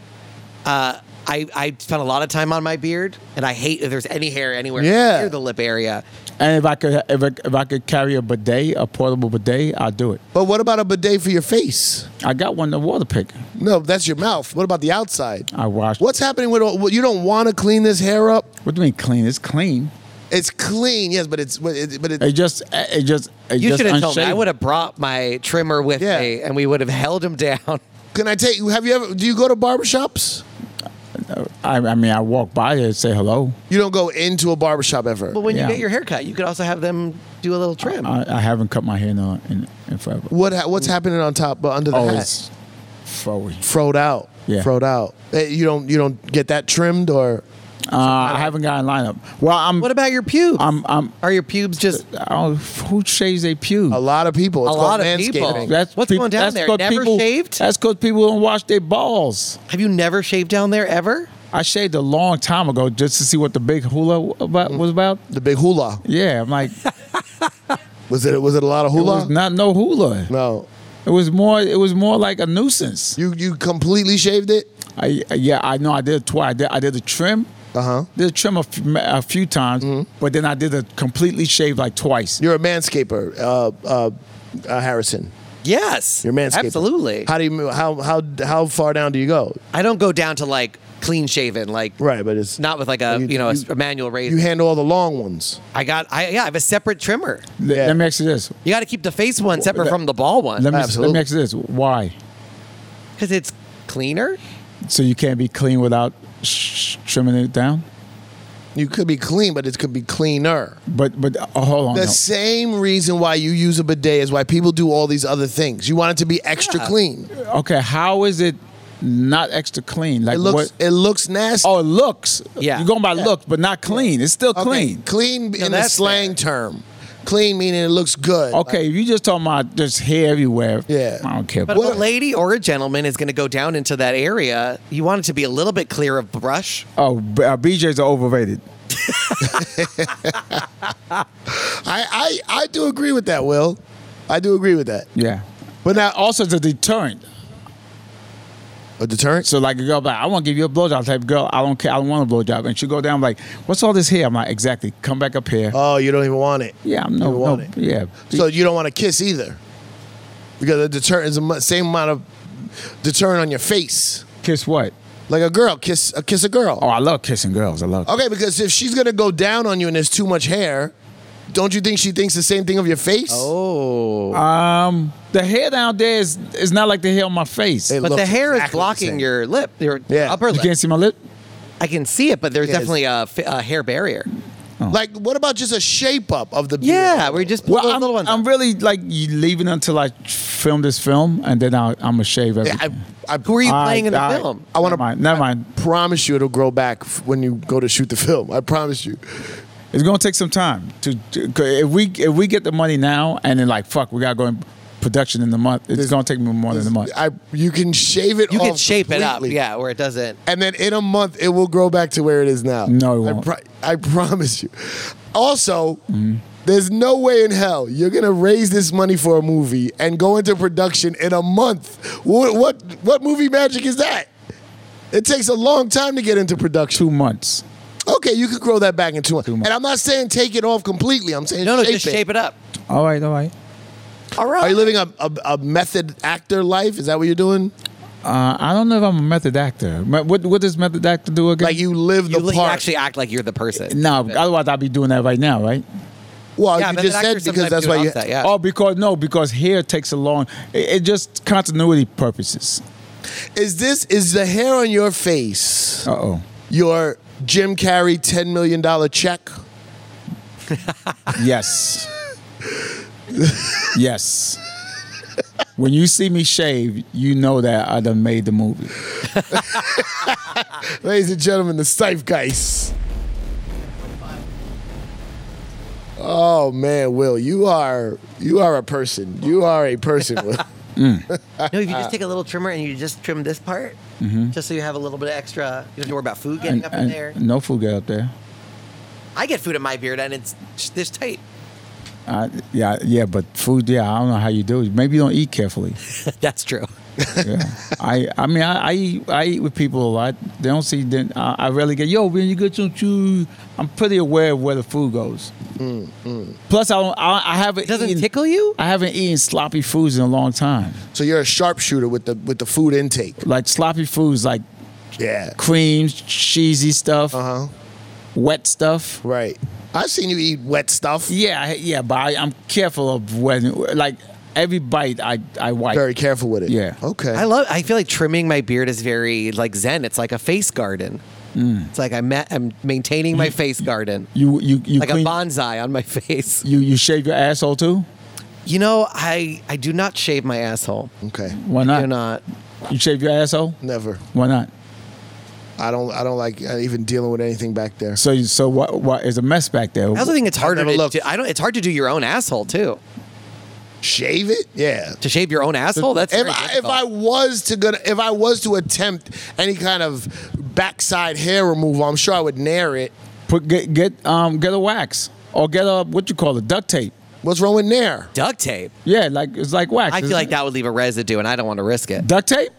Speaker 4: uh, I I spend a lot of time on my beard, and I hate if there's any hair anywhere
Speaker 2: Yeah.
Speaker 4: near the lip area.
Speaker 3: and if I could, if I, if I could carry a bidet, a portable bidet, I'd do it.
Speaker 2: But what about a bidet for your face?
Speaker 3: I got one, the water pick.
Speaker 2: No, that's your mouth. What about the outside?
Speaker 3: I washed.
Speaker 2: What's happening with all, you don't want to clean this hair up?
Speaker 3: What do you mean clean? It's clean.
Speaker 2: It's clean, yes, but it's but it, but it,
Speaker 3: It just, it just, it
Speaker 4: You
Speaker 3: just
Speaker 4: should have told me. I
Speaker 3: unshaven.
Speaker 4: would have brought my trimmer with
Speaker 2: Yeah.
Speaker 4: me, and we would have held him down.
Speaker 2: can I take have you ever do you go to barbershops?
Speaker 3: I, I mean, I walk by it and say hello.
Speaker 2: You don't go into a barbershop ever.
Speaker 4: But when
Speaker 3: Yeah.
Speaker 4: you get your hair cut, you could also have them do a little trim.
Speaker 3: I, I haven't cut my hair in, a- in, in forever.
Speaker 2: What ha- what's happening on top but under the
Speaker 3: Oh,
Speaker 2: hat?
Speaker 3: it's froey.
Speaker 2: Froed out.
Speaker 3: Yeah.
Speaker 2: Froed out. Eh, You don't you don't get that trimmed or
Speaker 3: Uh, I haven't gotten lineup. Well, I'm,
Speaker 4: what about your pubes?
Speaker 3: I'm, I'm.
Speaker 4: Are your pubes just
Speaker 3: I don't, who shaves their pubes?
Speaker 2: a lot of people. It's
Speaker 4: A
Speaker 2: called
Speaker 4: lot of people.
Speaker 2: manscaping.
Speaker 4: What's
Speaker 3: peop-
Speaker 4: going down
Speaker 3: that's
Speaker 4: there?
Speaker 3: 'cause
Speaker 4: Never
Speaker 3: people,
Speaker 4: shaved?
Speaker 3: That's because people don't wash their balls.
Speaker 4: Have you never shaved down there ever?
Speaker 3: I shaved a long time ago just to see what the big hula about, was about.
Speaker 2: The big hula.
Speaker 3: Yeah, I'm like, it
Speaker 2: Was it was it a lot of hula?
Speaker 3: was not no hula.
Speaker 2: no.
Speaker 3: It was more. It was more like a nuisance.
Speaker 2: You you completely shaved it?
Speaker 3: I, yeah, I know. I did it twice. I did, I did the trim.
Speaker 2: Uh-huh. Mm-hmm.
Speaker 3: Did the trim a, f- a few times, but then I did a completely shave like twice.
Speaker 2: You're a manscaper, uh, uh, uh, Harrison.
Speaker 4: Yes.
Speaker 2: You're a manscaper.
Speaker 4: Absolutely.
Speaker 2: How do you how how how far down do you go?
Speaker 4: I don't go down to like clean shaven, like
Speaker 2: Right, but it's
Speaker 4: not with like a
Speaker 2: You-
Speaker 4: you, know a,
Speaker 2: you-
Speaker 4: a manual razor.
Speaker 2: You handle all the long ones.
Speaker 4: I got I yeah I have a separate trimmer.
Speaker 3: Let-
Speaker 2: Yeah.
Speaker 3: Let me ask you this.
Speaker 4: You got to keep the face one separate from the ball one
Speaker 3: Let me, let
Speaker 2: Absolutely.
Speaker 3: me ask you this. Why?
Speaker 4: because it's cleaner.
Speaker 3: So you can't be clean without sh- trimming it down?
Speaker 2: You could be clean, but it could be cleaner.
Speaker 3: But but uh, hold on.
Speaker 2: The
Speaker 3: no.
Speaker 2: same reason why you use a bidet is why people do all these other things. You want it to be extra clean.
Speaker 3: Okay, how is it not extra clean? Like
Speaker 2: It looks
Speaker 3: what?
Speaker 2: it looks nasty.
Speaker 3: oh, it looks.
Speaker 4: Yeah.
Speaker 3: You're going by look, but not clean. It's still
Speaker 2: Okay,
Speaker 3: clean.
Speaker 2: Clean in the
Speaker 4: that's
Speaker 2: slang term. Clean meaning it looks good.
Speaker 3: Okay, if you just talking about just hair everywhere.
Speaker 2: Yeah.
Speaker 3: I don't care.
Speaker 4: But
Speaker 2: What-
Speaker 4: if a lady or a gentleman is going to go down into that area, you want it to be a little bit clear of brush.
Speaker 3: oh, B- uh, BJ's are overrated.
Speaker 2: I, I I do agree with that, Will. I do agree with that.
Speaker 3: Yeah. But now Uh, also it's a deterrent.
Speaker 2: A deterrent?
Speaker 3: So like a girl, like, I want to give you a blowjob type girl. I don't care. I don't want a blowjob. And she go down like, what's all this hair? I'm like, exactly. Come back up here.
Speaker 2: Oh, you don't even want it.
Speaker 3: yeah, I'm
Speaker 2: you
Speaker 3: no,
Speaker 2: don't want
Speaker 3: no
Speaker 2: it.
Speaker 3: yeah.
Speaker 2: So you don't want to kiss either, because the deterrent is the mu- same amount of deterrent on your face.
Speaker 3: kiss what?
Speaker 2: Like a girl, kiss a kiss a girl.
Speaker 3: Oh, I love kissing girls. I love.
Speaker 2: Okay, because if she's gonna go down on you and there's too much hair, don't you think she thinks the same thing of your face?
Speaker 4: Oh,
Speaker 3: Um, the hair down there is is not like the hair on my face.
Speaker 2: It
Speaker 3: you
Speaker 4: but the
Speaker 2: looks
Speaker 4: hair
Speaker 2: exactly the
Speaker 4: is blocking
Speaker 2: same.
Speaker 4: your lip, your
Speaker 2: Yeah.
Speaker 4: upper lip.
Speaker 3: can't see my lip.
Speaker 4: I can see it, but there's
Speaker 2: Yes.
Speaker 4: definitely a, fi- a hair barrier.
Speaker 2: Like, what about just a shape up of the beard?
Speaker 4: Yeah, we just put
Speaker 3: Well,
Speaker 4: those
Speaker 3: I'm,
Speaker 4: little ones.
Speaker 3: I'm really like you leaving until I film this film, and then I'll, I'm gonna shave everything.
Speaker 2: I, I,
Speaker 4: Who are you
Speaker 3: All
Speaker 4: playing in the
Speaker 3: all
Speaker 4: film?
Speaker 2: I wanna-
Speaker 3: Never mind. Never mind.
Speaker 2: promise you it'll grow back f- when you go to shoot the film. I promise you.
Speaker 3: It's gonna take some time to, to- 'cause if we if we get the money now, and then like fuck, we gotta go in production in the month. It's gonna take me more than a month.
Speaker 2: I you can shave it.
Speaker 4: You can
Speaker 2: off
Speaker 4: shape it up,
Speaker 2: Oh, completely.
Speaker 4: yeah, where it doesn't.
Speaker 2: and then in a month it will grow back to where it is now.
Speaker 3: No, it
Speaker 2: I
Speaker 3: won't. Mm-hmm.
Speaker 2: I promise you. Also, there's no way in hell you're gonna raise this money for a movie and go into production in a month. What what, what movie magic is that? It takes a long time to get into production.
Speaker 3: Two months.
Speaker 2: Okay, you could grow that back in two months.
Speaker 3: months.
Speaker 2: And I'm not saying take it off completely. I'm saying
Speaker 4: No, no,
Speaker 2: shape
Speaker 4: just
Speaker 2: it.
Speaker 4: shape it up.
Speaker 3: All right. All right.
Speaker 4: All
Speaker 2: Are
Speaker 4: right.
Speaker 2: you living a, a, a method actor life? Is that what you're doing?
Speaker 3: Uh, I don't know if I'm a method actor. Me- What what does method actor do again?
Speaker 2: Like you live the
Speaker 4: You, li- you
Speaker 2: part.
Speaker 4: actually act like you're the person.
Speaker 3: no, otherwise I'd be doing that right now, right?
Speaker 2: well,
Speaker 4: yeah,
Speaker 2: you
Speaker 4: method
Speaker 2: just
Speaker 4: actors
Speaker 2: said because
Speaker 4: sometimes
Speaker 2: that's
Speaker 4: do
Speaker 2: why
Speaker 4: it
Speaker 2: you.
Speaker 4: off that, yeah.
Speaker 3: Oh, because no, because hair takes a long. It, it just continuity purposes.
Speaker 2: Is this is the hair on your face?
Speaker 3: Uh oh.
Speaker 2: your Jim Carrey $10 million check?
Speaker 3: Yes. yes. When you see me shave, you know that I done made the movie.
Speaker 2: Ladies and gentlemen, the Stife guys. Oh man, Will, you are you are a person. You are a person. Will.
Speaker 4: No, if you just take a little trimmer and you just trim this part, just so you have a little bit of extra, you don't have to worry about food getting
Speaker 3: And-
Speaker 4: up in
Speaker 3: and
Speaker 4: there.
Speaker 3: No food get up there.
Speaker 4: I get food in my beard and it's just this tight.
Speaker 3: I, yeah, yeah, but food. Yeah, I don't know how you do it. Maybe you don't eat carefully.
Speaker 4: That's true.
Speaker 3: Yeah. I, I mean, I, I, eat, I eat with people a lot. They don't see. Then I, I rarely get. Yo, when you get some chew, I'm pretty aware of where the food goes. Plus, I don't. I, I haven't.
Speaker 4: Mm, It doesn't
Speaker 3: eaten,
Speaker 4: tickle you?
Speaker 3: I haven't eaten sloppy foods in a long time.
Speaker 2: So you're a sharpshooter with the with the food intake.
Speaker 3: Like sloppy foods, like
Speaker 2: Yeah.
Speaker 3: creams, cheesy stuff,
Speaker 4: Uh-huh.
Speaker 2: Uh huh.
Speaker 3: wet stuff.
Speaker 2: Right. I've seen you eat wet stuff.
Speaker 3: Yeah, I- yeah, but I, I'm careful of when. Like every bite, I, I wipe.
Speaker 2: Very careful with it.
Speaker 3: Yeah.
Speaker 2: Okay.
Speaker 4: I love. I feel like trimming my beard is very like Zen. It's like a face garden. It's like I'm ma- I'm maintaining my face garden,
Speaker 3: you, you, you
Speaker 4: like
Speaker 3: clean.
Speaker 4: a bonsai on my face.
Speaker 3: you, you shave your asshole too.
Speaker 4: You know, I I do not shave my asshole.
Speaker 2: okay.
Speaker 3: Why
Speaker 4: I
Speaker 3: not?
Speaker 4: do not.
Speaker 3: You shave your asshole?
Speaker 2: Never.
Speaker 3: Why not?
Speaker 2: I don't. I don't like uh, even dealing with anything back there.
Speaker 3: So you- so what what is a mess back there?
Speaker 4: I also think it's harder
Speaker 2: never
Speaker 4: to,
Speaker 2: looked.
Speaker 4: to- I don't. It's hard to do your own asshole too.
Speaker 2: Shave it. Yeah.
Speaker 4: To shave your own asshole. That's
Speaker 2: If
Speaker 4: very
Speaker 2: I, if
Speaker 4: difficult.
Speaker 2: I was to gonna if I was to attempt any kind of backside hair removal, I'm sure I would nair it.
Speaker 3: Put get get um get a wax or get a what you call it duct tape.
Speaker 2: What's wrong with nair?
Speaker 4: duct tape.
Speaker 3: Yeah, like it's like wax.
Speaker 4: I feel
Speaker 3: isn't
Speaker 4: like
Speaker 3: it?
Speaker 4: that would leave a residue, and I don't want to risk it.
Speaker 3: duct tape.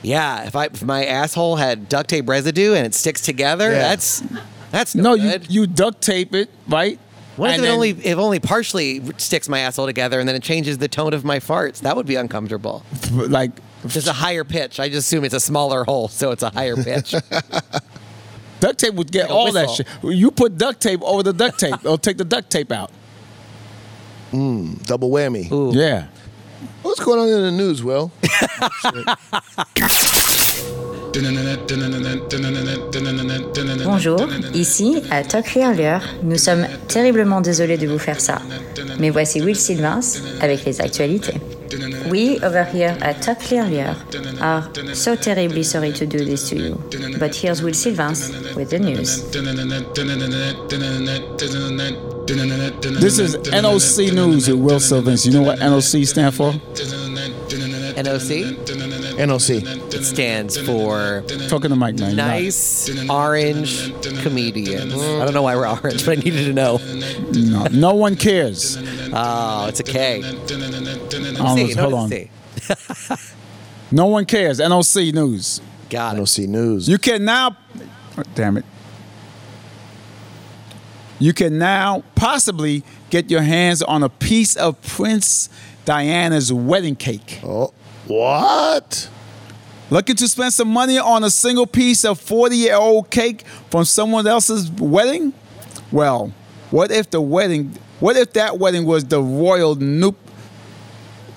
Speaker 4: Yeah, if I if my asshole had duct tape residue and it sticks together,
Speaker 2: Yeah.
Speaker 4: that's that's
Speaker 3: No,
Speaker 4: no,
Speaker 3: you
Speaker 4: good.
Speaker 3: you duct tape it right.
Speaker 4: What if
Speaker 3: And
Speaker 4: it
Speaker 3: then-
Speaker 4: only it only partially sticks my asshole together and then it changes the tone of my farts? That would be uncomfortable.
Speaker 3: like
Speaker 4: Just a higher pitch. I just assume it's a smaller hole, so it's a higher pitch.
Speaker 3: duct tape would get
Speaker 4: a
Speaker 3: all that
Speaker 4: whistle.
Speaker 3: shit? You put duct tape over the duct tape or take the duct tape out.
Speaker 2: Double whammy.
Speaker 4: Ooh.
Speaker 3: Yeah.
Speaker 2: What's going on in the news, Will?
Speaker 5: Bonjour, ici à Talk Earlier, nous sommes terriblement désolés de vous faire ça. Mais voici Will Sylvins avec les actualités. We over here at Talk Earlier are so terribly sorry to do this to you. But here's Will Sylvins with the news.
Speaker 3: This is NOC News with Will Sylvans. You know what NOC stand for?
Speaker 4: NOC
Speaker 2: NOC.
Speaker 4: it stands for
Speaker 3: Talking to Mike, man. You're not-
Speaker 4: nice orange comedians. I don't know why we're orange, but I needed to know.
Speaker 3: No, no one cares.
Speaker 4: Oh, it's a K.
Speaker 3: Um,
Speaker 4: See,
Speaker 3: hold
Speaker 4: notice
Speaker 3: on.
Speaker 4: C.
Speaker 3: No one cares. NOC News.
Speaker 4: Got it.
Speaker 2: NOC News.
Speaker 3: You can now, damn it. You can now possibly get your hands on a piece of Prince Diana's wedding cake.
Speaker 2: oh, what?
Speaker 3: Looking to spend some money on a single piece of 40 year old cake from someone else's wedding? Well, what if the wedding, what if that wedding was the royal noop,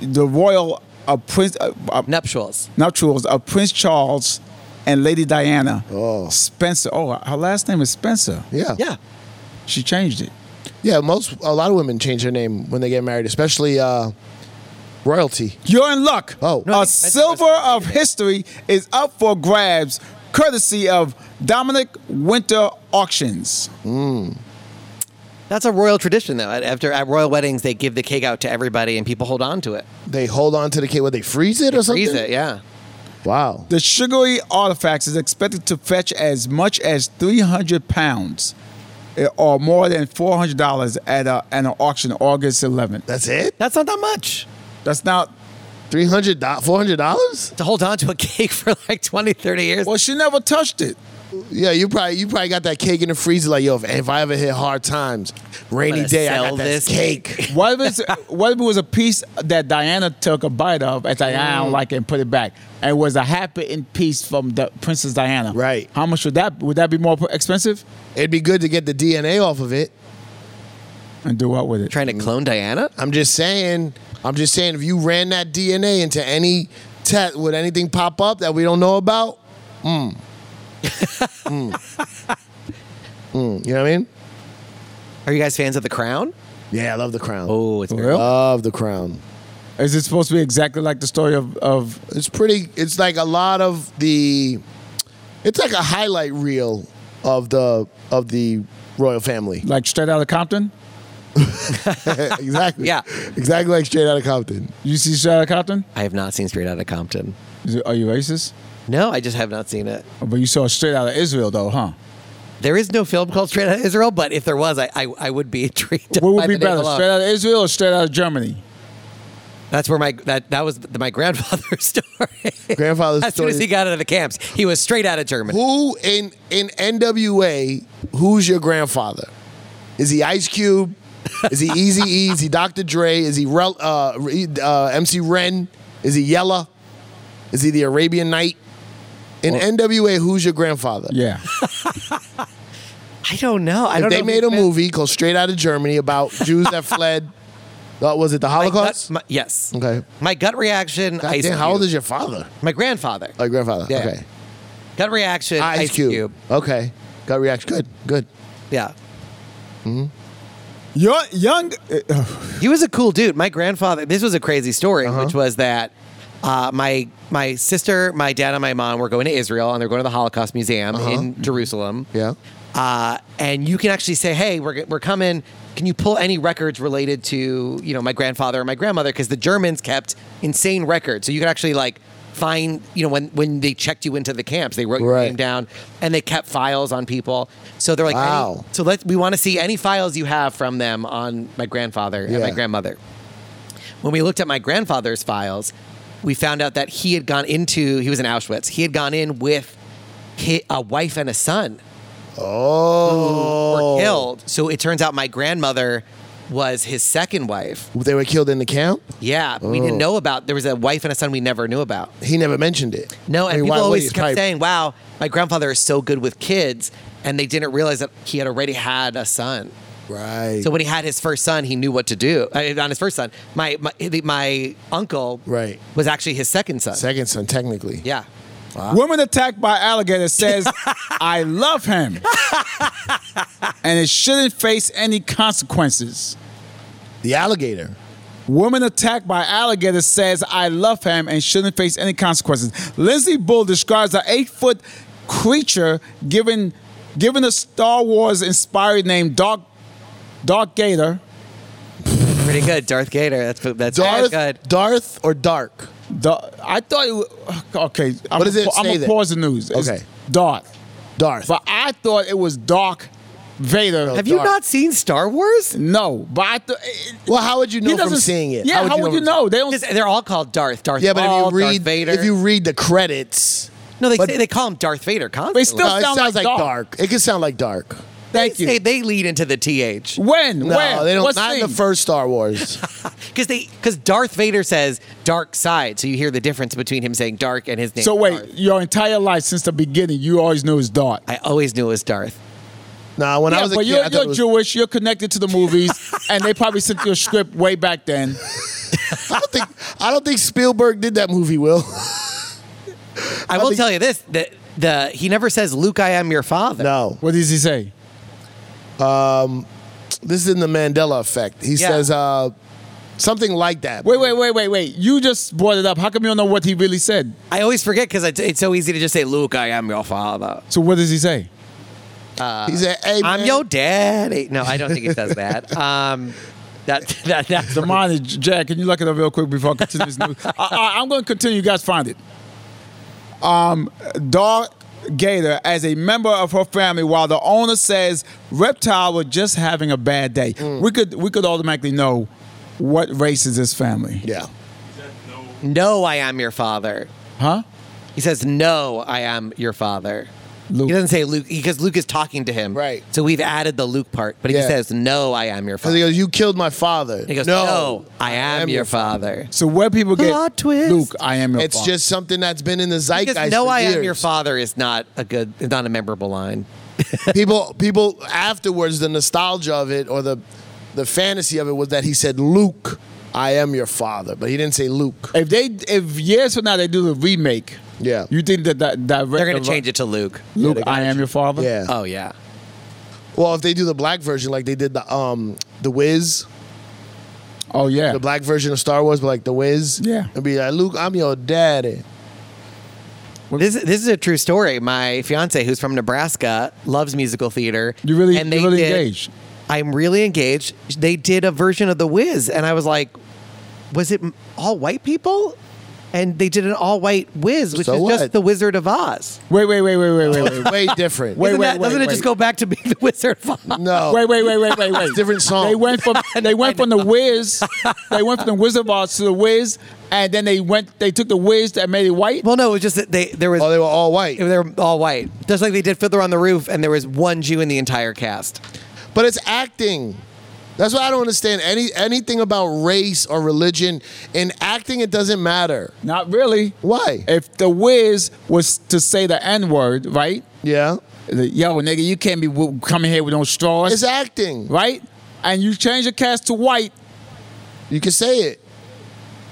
Speaker 3: the royal uh, prince, uh, uh,
Speaker 4: Nuptials.
Speaker 3: nuptials of Prince Charles and Lady Diana.
Speaker 2: Oh.
Speaker 3: Spencer. Oh, her last name is Spencer.
Speaker 2: Yeah.
Speaker 4: Yeah.
Speaker 3: She changed it.
Speaker 2: Yeah, most a lot of women change their name when they get married, especially uh, royalty.
Speaker 3: You're in luck.
Speaker 2: Oh. No,
Speaker 3: a
Speaker 4: Spencer
Speaker 3: silver
Speaker 4: was-
Speaker 3: of history is up for grabs, courtesy of Dominic Winter Auctions.
Speaker 4: That's a royal tradition, though. At- After at royal weddings, they give the cake out to everybody, and people hold on to it.
Speaker 2: They hold on to the cake. What they freeze it or something?
Speaker 4: Freeze it, yeah.
Speaker 2: Wow.
Speaker 3: The sugary artifact is expected to fetch as much as 300 pounds eh, or more than $400 at, a, at an auction August 11th.
Speaker 2: That's it.
Speaker 4: That's not that much
Speaker 3: That's not,
Speaker 2: Three hundred dollars. Four hundred dollars.
Speaker 4: to hold on to a cake for like 20, 30 years.
Speaker 3: well, she never touched it.
Speaker 2: Yeah, you probably you probably got that cake in the freezer. Like, yo, if, if I ever hit hard times, rainy
Speaker 4: gonna
Speaker 2: day, I
Speaker 4: sell
Speaker 2: got
Speaker 4: this
Speaker 2: this cake.
Speaker 3: What if, it's, what if it was a piece that Diana took a bite of at the I don't like it and put it back? And it was a half eaten piece from the Princess Diana.
Speaker 2: Right.
Speaker 3: How much would that would that be more expensive?
Speaker 2: It'd be good to get the DNA off of it.
Speaker 3: And do what with it?
Speaker 4: Trying to clone Diana?
Speaker 2: I'm just saying. I'm just saying. If you ran that DNA into any test, would anything pop up that we don't know about? Mm. mm. mm. You know what I mean?
Speaker 4: Are you guys fans of The Crown?
Speaker 2: Yeah, I love the crown.
Speaker 4: Oh, it's
Speaker 3: For
Speaker 4: very-
Speaker 3: real?
Speaker 2: Love the crown.
Speaker 3: Is it supposed to be exactly like the story of, of
Speaker 2: It's pretty. It's like a lot of the. It's like a highlight reel of the of the royal family.
Speaker 3: like straight out of Compton?
Speaker 2: exactly.
Speaker 4: Yeah.
Speaker 2: Exactly like straight out of Compton.
Speaker 3: You see Shada Compton?
Speaker 4: I have not seen Straight Outta Compton.
Speaker 3: Is it- Are you racist?
Speaker 4: No, I just have not seen it.
Speaker 3: Oh, But you saw Straight Out of Israel, though, huh?
Speaker 4: There is no film called Straight Outta Israel, but if there was, I I, I would be
Speaker 3: What
Speaker 4: intrigued. by
Speaker 3: would be
Speaker 4: the name
Speaker 3: better,
Speaker 4: alone.
Speaker 3: Straight Out of Israel or Straight Out of Germany?
Speaker 4: That's where my that that was my grandfather's story.
Speaker 2: Grandfather's
Speaker 4: as soon as
Speaker 2: story.
Speaker 4: he got out of the camps, he was straight out of Germany.
Speaker 2: Who in in NWA? Who's your grandfather? Is he Ice Cube? Is he Easy E? Is he Dr. Dre? Is he Rel, uh, Re- uh, MC Ren? Is he Yella? Is he the Arabian Knight? In NWA, who's your grandfather?
Speaker 3: Yeah.
Speaker 4: I don't know. I
Speaker 2: If
Speaker 4: don't
Speaker 2: they
Speaker 4: know
Speaker 2: made
Speaker 4: who-
Speaker 2: a movie called Straight Out of Germany about Jews that fled. Uh, was it the
Speaker 4: My gut-
Speaker 2: Holocaust?
Speaker 4: my- yes.
Speaker 2: okay.
Speaker 4: My gut reaction.
Speaker 2: God
Speaker 4: Ice
Speaker 2: damn, how old
Speaker 4: Cube.
Speaker 2: is your father?
Speaker 4: my grandfather?
Speaker 2: Oh, your grandfather.
Speaker 4: Yeah.
Speaker 2: Okay.
Speaker 4: Gut reaction.
Speaker 2: Ice, Cube.
Speaker 4: Cube.
Speaker 2: Okay. Got reaction. Good. Good.
Speaker 4: Yeah.
Speaker 3: Your young. uh,
Speaker 4: He was a cool dude. My grandfather. This was a crazy story,
Speaker 2: Uh-huh.
Speaker 4: which was that uh, my my sister, my dad, and my mom were going to Israel, and they're going to the Holocaust Museum
Speaker 2: Uh-huh.
Speaker 4: in Jerusalem.
Speaker 2: Yeah.
Speaker 4: Uh, and you can actually say, "Hey, we're we're coming. Can you pull any records related to you know my grandfather or my grandmother?" Because the Germans kept insane records, so you could actually like find you know when when they checked you into the camps, they wrote your
Speaker 2: Right.
Speaker 4: name down and they kept files on people. So they're like, any-
Speaker 2: Wow.
Speaker 4: "So let's we want to see any files you have from them on my grandfather and
Speaker 2: Yeah.
Speaker 4: my grandmother." when we looked at my grandfather's files, we found out that he had gone into he was in Auschwitz. He had gone in with hi a wife and a son
Speaker 2: Oh.
Speaker 4: were killed. So it turns out my grandmother was his second wife.
Speaker 2: They were killed in the camp.
Speaker 4: Yeah, we didn't
Speaker 2: Oh.
Speaker 4: know about. There was a wife and a son we never knew about.
Speaker 2: He never mentioned it.
Speaker 4: No,
Speaker 2: I
Speaker 4: and
Speaker 2: mean,
Speaker 4: people
Speaker 2: why would
Speaker 4: always
Speaker 2: he?
Speaker 4: kept
Speaker 2: Probably-
Speaker 4: saying, "Wow, my grandfather is so good with kids," and they didn't realize that he had already had a son.
Speaker 2: Right.
Speaker 4: So when he had his first son, he knew what to do. Uh, on his first son, my my, the- my uncle
Speaker 2: Right.
Speaker 4: was actually his second son.
Speaker 2: Second son, technically.
Speaker 4: yeah.
Speaker 3: Woman attacked by alligator says, I love him. and it shouldn't face any consequences.
Speaker 2: The alligator.
Speaker 3: Woman attacked by alligator says, I love him and shouldn't face any consequences. Lindsay Bull describes an eight foot creature given, given a Star Wars inspired name, Dark, Dark Gator.
Speaker 4: Pretty good, Darth Gator. That's that's
Speaker 2: Darth. Oh,
Speaker 4: good.
Speaker 2: Darth or dark.
Speaker 3: Da- I thought it was, okay. I'm
Speaker 2: What does it say
Speaker 3: I'm gonna
Speaker 2: there?
Speaker 3: pause the news. It's
Speaker 2: Okay.
Speaker 3: Darth.
Speaker 2: Darth.
Speaker 3: But I thought it was Dark Vader.
Speaker 4: Have you not seen Star Wars?
Speaker 3: No, but I th-
Speaker 2: well, how would you
Speaker 3: he
Speaker 2: know from
Speaker 3: doesn't-
Speaker 2: seeing it?
Speaker 3: Yeah, how would, you,
Speaker 2: from-
Speaker 3: know? They don't.
Speaker 4: Because They're all called Darth. Darth
Speaker 2: Yeah, but
Speaker 4: Maul,
Speaker 2: if you read
Speaker 4: Darth Vader.
Speaker 2: if you read the credits,
Speaker 4: no, they
Speaker 2: but-
Speaker 4: say, they call him Darth Vader constantly.
Speaker 3: still-
Speaker 2: no, it
Speaker 3: sound
Speaker 2: sounds like
Speaker 3: like
Speaker 2: dark.
Speaker 3: dark.
Speaker 2: It could sound like dark.
Speaker 3: thank
Speaker 4: They,
Speaker 3: you.
Speaker 4: they lead into the th
Speaker 3: when?
Speaker 2: No,
Speaker 3: Where?
Speaker 2: they don't.
Speaker 3: What
Speaker 2: not in
Speaker 3: scene?
Speaker 2: the first Star Wars.
Speaker 4: because they because Darth Vader says dark side, so you hear the difference between him saying dark and his name.
Speaker 3: So wait,
Speaker 4: Darth.
Speaker 3: your entire life since the beginning, you always knew it's dark.
Speaker 4: I always knew it was Darth.
Speaker 2: nah, when I
Speaker 3: yeah,
Speaker 2: was a
Speaker 3: but
Speaker 2: kid,
Speaker 3: you're,
Speaker 2: I thought
Speaker 3: you're
Speaker 2: it was,
Speaker 3: Jewish. You're connected to the movies, and they probably sent you a script way back then.
Speaker 2: I don't think I don't think Spielberg did that movie. Will
Speaker 4: I will
Speaker 2: think-
Speaker 4: tell you this: that the he never says Luke, I am your father.
Speaker 2: no.
Speaker 3: What does he say?
Speaker 2: This is in the Mandela effect. He
Speaker 4: Yeah.
Speaker 2: says uh, something like that.
Speaker 3: Wait, wait, wait, wait, wait. You just brought it up. How come you don't know what he really said?
Speaker 4: I always forget because it's, it's so easy to just say Luke, I am your father.
Speaker 3: So what does he say?
Speaker 2: He said, "Hey,
Speaker 4: I'm
Speaker 2: man,
Speaker 4: your daddy. No, I don't think he says that. Um, that that that's
Speaker 3: The mind is Jack. Can you look it up real quick before I continue this news? I, I, I'm going to continue. You guys find it. Um, Dark Gator as a member of her family, while the owner says reptile was just having a bad day. We could we could automatically know what race is this family,
Speaker 2: Yeah.
Speaker 4: no, I am your father.
Speaker 3: huh?
Speaker 4: He says, "No, I am your father."
Speaker 3: Luke.
Speaker 4: He doesn't say Luke because Luke is talking to him.
Speaker 2: Right.
Speaker 4: So we've added the Luke part, but he
Speaker 2: Yeah.
Speaker 4: says, "No, I am your
Speaker 2: Because
Speaker 4: father."
Speaker 2: he goes, you killed my father.
Speaker 4: And he goes, "No, I am, your, father."
Speaker 3: So where people get
Speaker 4: Plot twist.
Speaker 3: Luke, I am your
Speaker 2: It's
Speaker 3: father.
Speaker 2: just something that's been in the
Speaker 4: Because
Speaker 2: zeitgeist.
Speaker 4: "No,
Speaker 2: for
Speaker 4: I am
Speaker 2: years.
Speaker 4: your father" is not a good, is not a memorable line.
Speaker 2: people, people afterwards, the nostalgia of it or the, the fantasy of it was that he said, Luke, I am your father, but he didn't say Luke.
Speaker 3: if they if years from now they do the remake,
Speaker 2: Yeah.
Speaker 3: you think that that, that
Speaker 4: They're going to change it to Luke.
Speaker 3: Luke, I am your father.
Speaker 2: Yeah.
Speaker 4: Oh yeah.
Speaker 2: well, if they do the black version, like they did the um, the Wiz,
Speaker 3: Oh yeah.
Speaker 2: the black version of Star Wars, but like the Wiz,
Speaker 3: Yeah.
Speaker 2: it'd be like, Luke, I'm your daddy.
Speaker 4: This this is a true story. My fiance, who's from Nebraska, loves musical theater.
Speaker 3: you really
Speaker 4: and
Speaker 3: you
Speaker 4: they
Speaker 3: really
Speaker 4: did-
Speaker 3: engaged.
Speaker 4: I'm really engaged. They did a version of The Wiz, and I was like, was it m- all white people? And they did an all white Wiz, which
Speaker 2: So
Speaker 4: is
Speaker 2: what?
Speaker 4: just The Wizard of Oz.
Speaker 3: Wait, wait, wait, wait, wait, wait, wait.
Speaker 2: way different.
Speaker 3: Wait,
Speaker 4: Isn't
Speaker 3: wait,
Speaker 4: that-
Speaker 3: wait,
Speaker 4: doesn't it just
Speaker 3: wait.
Speaker 4: go back to being The Wizard of Oz?
Speaker 2: no.
Speaker 3: Wait, wait, wait, wait, wait, wait.
Speaker 2: Oh. Different song.
Speaker 3: They went from they went from the Wiz, they went from the Wizard of Oz to the Wiz, and then they went they took the Wiz that made it white.
Speaker 4: Well, no, it was just that they there was
Speaker 2: Oh, they were all white.
Speaker 4: they were all white, just like they did Fiddler on the Roof, and there was one Jew in the entire cast.
Speaker 2: But it's acting. That's why I don't understand any anything about race or religion. In acting, it doesn't matter.
Speaker 3: Not really.
Speaker 2: Why?
Speaker 3: If the Wiz was to say the N word, right?
Speaker 2: Yeah,
Speaker 3: The, Yo, nigga, you can't be w- coming here with no straws,
Speaker 2: it's acting.
Speaker 3: right? And you change the cast to white.
Speaker 2: You can say it.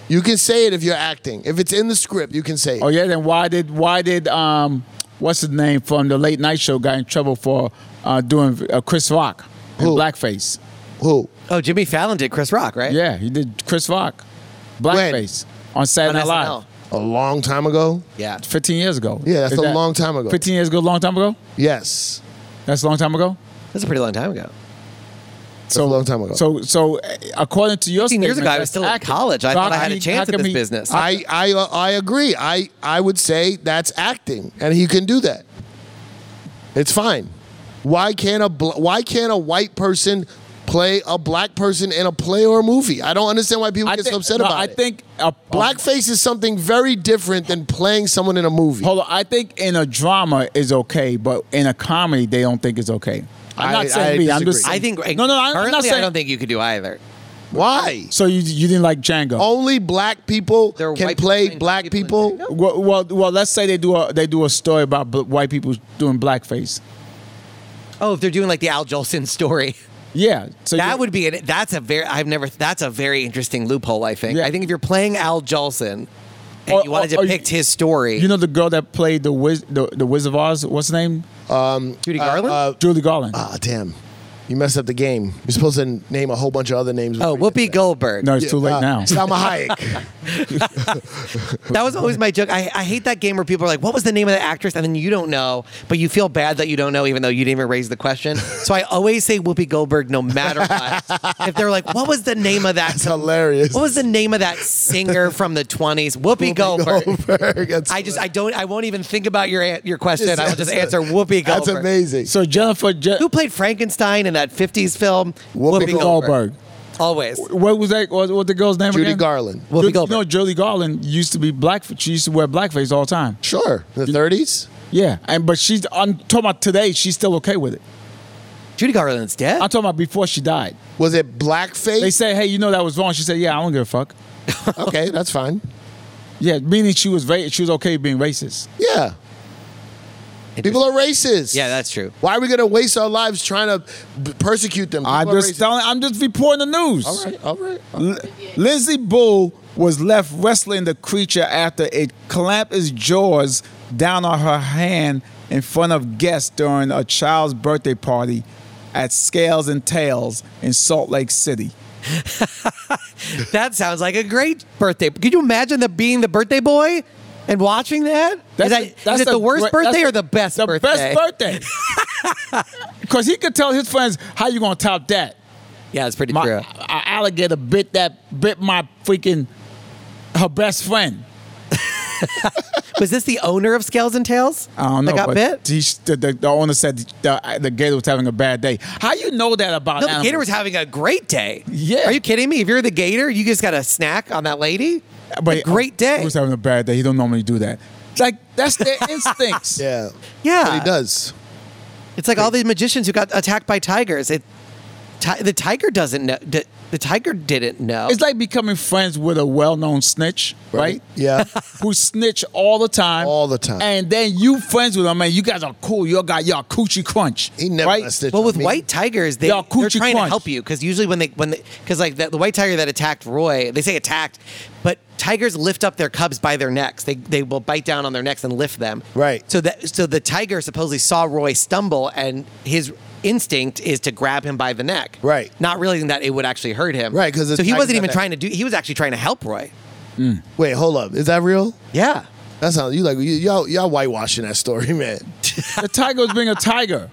Speaker 2: You can say it if you're acting. If it's in the script, you can say it.
Speaker 3: Oh yeah, then why did why did um what's his name from the late night show got in trouble for uh, doing uh, Chris Rock in
Speaker 2: Who?
Speaker 3: blackface?
Speaker 2: Who?
Speaker 4: Oh, Jimmy Fallon did Chris Rock, right?
Speaker 3: Yeah, he did Chris Rock, blackface on
Speaker 4: on
Speaker 3: Saturday Night
Speaker 4: SNL.
Speaker 3: Live.
Speaker 2: A long time ago.
Speaker 4: Yeah.
Speaker 3: 15 years ago.
Speaker 2: Yeah, that's
Speaker 3: Is
Speaker 2: a long time ago.
Speaker 3: 15 years ago, long time ago?
Speaker 2: Yes,
Speaker 3: That's a long time ago?
Speaker 4: That's a pretty long time ago.
Speaker 2: that's a long time ago.
Speaker 3: So, so uh, according to your
Speaker 4: 15 years
Speaker 3: statement,
Speaker 4: ago, I was
Speaker 3: that's
Speaker 4: still in
Speaker 3: acting.
Speaker 4: college.
Speaker 3: So
Speaker 4: I thought I
Speaker 3: how
Speaker 4: had a
Speaker 3: can he-
Speaker 4: chance
Speaker 3: how
Speaker 4: at
Speaker 3: can
Speaker 4: this
Speaker 3: he-
Speaker 4: business.
Speaker 2: I I uh, I agree. I I would say that's acting, and he can do that. It's fine. Why can't a bl- why can't a white person play a black person in a play or a movie? I don't understand why people
Speaker 3: I
Speaker 2: get
Speaker 3: think-
Speaker 2: so upset
Speaker 3: no,
Speaker 2: about
Speaker 3: I
Speaker 2: it. Oh.
Speaker 3: think a, a-
Speaker 2: blackface is something very different than playing someone in a movie.
Speaker 3: Hold on. I think in a drama is okay, but in a comedy, they don't think it's okay. I'm
Speaker 2: I-
Speaker 3: not saying
Speaker 2: I
Speaker 3: me. I'm
Speaker 2: disagree.
Speaker 3: just
Speaker 4: I think
Speaker 3: no, no. no I'm- I'm
Speaker 4: currently,
Speaker 3: not
Speaker 4: I
Speaker 3: saying.
Speaker 4: don't think you could do either.
Speaker 2: Why?
Speaker 3: so you you didn't like Django?
Speaker 2: Only black people
Speaker 4: There are
Speaker 2: can
Speaker 4: white
Speaker 2: play
Speaker 4: people and
Speaker 2: black people.
Speaker 4: people in Django?
Speaker 3: Well, well, well, let's say they do a they do a story about bl- white people doing blackface.
Speaker 4: Oh, if they're doing like the Al Jolson story,
Speaker 3: Yeah, so
Speaker 4: that
Speaker 3: you-
Speaker 4: would be an, that's a very I've never that's a very interesting loophole. I think.
Speaker 3: Yeah.
Speaker 4: I think if you're playing Al Jolson and
Speaker 3: Or-
Speaker 4: you want to
Speaker 3: or- or you-
Speaker 4: depict his story,
Speaker 3: You know the girl that played the Wiz, the, the Wizard of Oz. What's her name?
Speaker 4: Judy
Speaker 3: uh,
Speaker 4: Garland.
Speaker 3: Julie Garland.
Speaker 2: Ah, damn. You messed up the game. You're supposed to name a whole bunch of other names.
Speaker 4: oh,
Speaker 2: before you
Speaker 4: Whoopi Goldberg.
Speaker 3: no, it's
Speaker 2: did
Speaker 3: too late
Speaker 2: that.
Speaker 3: now.
Speaker 2: Uh, Salma Hayek.
Speaker 4: That was always my joke. I, I hate that game where people are like, what was the name of the actress? And then you don't know, but you feel bad that you don't know, even though you didn't even raise the question. So I always say Whoopi Goldberg no matter what. if they're like, what was the name of that?
Speaker 2: It's hilarious.
Speaker 4: What was the name of that singer from the 20s? Whoopi, Goldberg.
Speaker 2: Goldberg. That's-
Speaker 4: I just, I don't, I won't even think about your an- your question. I will just answer Whoopi Goldberg.
Speaker 2: That's amazing.
Speaker 3: So Jennifer Je-
Speaker 4: Who played Frankenstein in that 50s film? Whoopi,
Speaker 3: Goldberg.
Speaker 4: Always.
Speaker 3: What was that? What, what the girl's name?
Speaker 2: Judy
Speaker 3: again?
Speaker 2: Garland.
Speaker 4: Whoopi
Speaker 3: Ju-
Speaker 4: Goldberg.
Speaker 3: No, Julie Garland used to be black. She used to wear blackface all the time.
Speaker 2: Sure. In the 30s?
Speaker 3: Yeah, and but she's. I'm talking about today. She's still okay with it.
Speaker 4: Judy Garland's dead.
Speaker 3: I'm talking about before she died.
Speaker 2: Was it blackface?
Speaker 3: They say, "Hey, you know that was wrong." She said, "Yeah, I don't give a fuck."
Speaker 2: okay, that's fine.
Speaker 3: Yeah, meaning she was ra- she was okay being racist.
Speaker 2: Yeah. People are racist.
Speaker 4: Yeah, that's true.
Speaker 2: Why are we going to waste our lives trying to b- persecute them?
Speaker 3: I'm
Speaker 2: People are
Speaker 3: just
Speaker 2: racist.
Speaker 3: telling. I'm just reporting the news.
Speaker 2: All right, all right.
Speaker 3: L- Lindsey Bull was left wrestling the creature after it clamped its jaws down on her hand in front of guests during a child's birthday party at Scales and Tails in Salt Lake City.
Speaker 4: That sounds like a great birthday. Could you imagine the being the birthday boy and watching that? Is that- is it the worst
Speaker 3: gre-
Speaker 4: birthday
Speaker 3: that's
Speaker 4: or the best
Speaker 3: the
Speaker 4: birthday?
Speaker 3: best birthday. Because he could tell his friends, how you going to top that?
Speaker 4: Yeah, it's pretty
Speaker 3: My
Speaker 4: true.
Speaker 3: a alligator bit that, bit my freaking, her best friend.
Speaker 4: Was this the owner of Scales and Tails?
Speaker 3: I don't know.
Speaker 4: That got
Speaker 3: but
Speaker 4: bit?
Speaker 3: He, the, the, the owner said the, the gator was having a bad day. How you know that about
Speaker 4: No, the
Speaker 3: animals?
Speaker 4: gator was having a great day.
Speaker 3: Yeah.
Speaker 4: Are you kidding me? If you're the gator, you just got a snack on that lady?
Speaker 3: But
Speaker 4: a great day.
Speaker 3: He was having a bad day. He don't normally do that. Like that's their instincts.
Speaker 2: Yeah.
Speaker 4: yeah.
Speaker 2: But he does.
Speaker 4: It's like all these magicians who got attacked by tigers. It, ti- the tiger doesn't know. d- the tiger didn't know.
Speaker 3: It's like becoming friends with a well-known snitch, right?
Speaker 2: Yeah.
Speaker 3: Who snitch all the time,
Speaker 2: All the time.
Speaker 3: and then you friends with them, and you guys are cool. You all got y'all coochie crunch.
Speaker 2: He never
Speaker 3: right?
Speaker 2: messed it
Speaker 4: Well,
Speaker 2: I
Speaker 4: with
Speaker 2: mean,
Speaker 4: white tigers, they,
Speaker 3: Y'all
Speaker 4: they're
Speaker 3: coochie
Speaker 4: trying to
Speaker 3: crunch.
Speaker 4: help you because usually when they when because like the, the white tiger that attacked Roy, they say attacked, but tigers lift up their cubs by their necks. They they will bite down on their necks and lift them.
Speaker 2: Right.
Speaker 4: So that so the tiger supposedly saw Roy stumble and his instinct is to grab him by the neck.
Speaker 2: Right.
Speaker 4: Not realizing that it would actually hurt him.
Speaker 2: Right, 'cause the
Speaker 4: so he
Speaker 2: tiger
Speaker 4: wasn't
Speaker 2: got
Speaker 4: even
Speaker 2: that-
Speaker 4: trying to do. He was actually trying to help Roy.
Speaker 2: Wait, hold up. Is that real?
Speaker 4: Yeah.
Speaker 2: That sounds you like you, y'all y'all whitewashing that story, man.
Speaker 3: The tiger was being a tiger.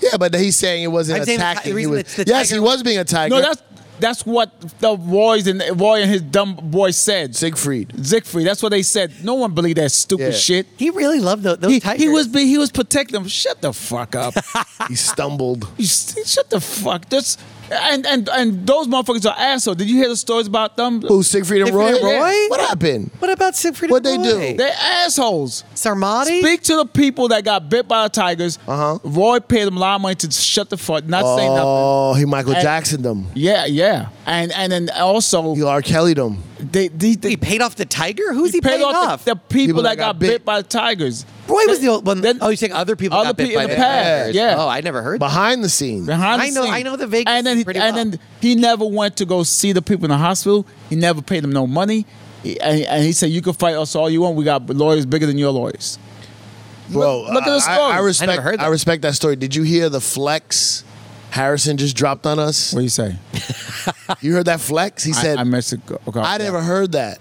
Speaker 2: Yeah, but he's saying it wasn't
Speaker 4: I'm saying the ti-
Speaker 2: attacking.
Speaker 4: the
Speaker 2: he
Speaker 4: reason
Speaker 2: was,
Speaker 4: it's the
Speaker 2: yes,
Speaker 4: tiger-
Speaker 2: he was being a tiger.
Speaker 3: No, that's that's what the boys and Roy and his dumb boy said.
Speaker 2: Siegfried.
Speaker 3: Siegfried. That's what they said. No one believed that stupid
Speaker 2: Yeah.
Speaker 3: shit.
Speaker 4: He really loved tho- those
Speaker 3: He,
Speaker 4: tigers.
Speaker 3: he was be- he was protecting them. Shut the fuck up.
Speaker 2: He stumbled.
Speaker 3: you st- shut the fuck. That's and and and those motherfuckers are assholes. Did you hear the stories about them?
Speaker 2: Who, Siegfried and Roy?
Speaker 3: Siegfried and Roy?
Speaker 2: What happened?
Speaker 4: What about Siegfried?
Speaker 2: What'd
Speaker 4: and
Speaker 2: they
Speaker 4: Roy?
Speaker 2: do?
Speaker 3: They're assholes.
Speaker 4: Sarmati.
Speaker 3: Speak to the people that got bit by the tigers.
Speaker 2: Uh-huh.
Speaker 3: Roy paid them a lot of money to shut the fuck, not say nothing.
Speaker 2: Oh, he Michael
Speaker 3: And-
Speaker 2: Jackson them.
Speaker 3: Yeah, yeah, and and then also
Speaker 2: He R. Kelly them.
Speaker 3: they, they, they
Speaker 4: he paid off the tiger. Who's he,
Speaker 3: paid
Speaker 4: paying
Speaker 3: off,
Speaker 4: off?
Speaker 3: The, the people, that, got, bit. by the tigers.
Speaker 4: Roy was the old one.
Speaker 3: Then-
Speaker 4: oh, you're saying other people
Speaker 3: Other
Speaker 4: got bit
Speaker 3: people
Speaker 4: by
Speaker 3: in the
Speaker 4: the
Speaker 3: past,
Speaker 4: tigers.
Speaker 3: yeah.
Speaker 4: Oh, I never heard. that.
Speaker 2: Behind the scenes.
Speaker 3: Behind the
Speaker 4: I know-
Speaker 3: scenes.
Speaker 4: I know the Vegas
Speaker 3: And then he,
Speaker 4: pretty
Speaker 3: and
Speaker 4: well.
Speaker 3: then he never went to go see the people in the hospital. He never paid them no money. He- and, and he said, "You can fight us all you want. We got lawyers bigger than your lawyers."
Speaker 2: Bro,
Speaker 3: Look- look at the
Speaker 2: I-
Speaker 3: story.
Speaker 2: I, I
Speaker 3: I
Speaker 2: respect.
Speaker 4: never heard that.
Speaker 2: I respect that story. Did you hear the flex Harrison just dropped on us?
Speaker 3: What do you say?
Speaker 2: You heard that flex? He said,
Speaker 3: I, I
Speaker 2: I,
Speaker 3: missed it. Okay.
Speaker 2: never heard that.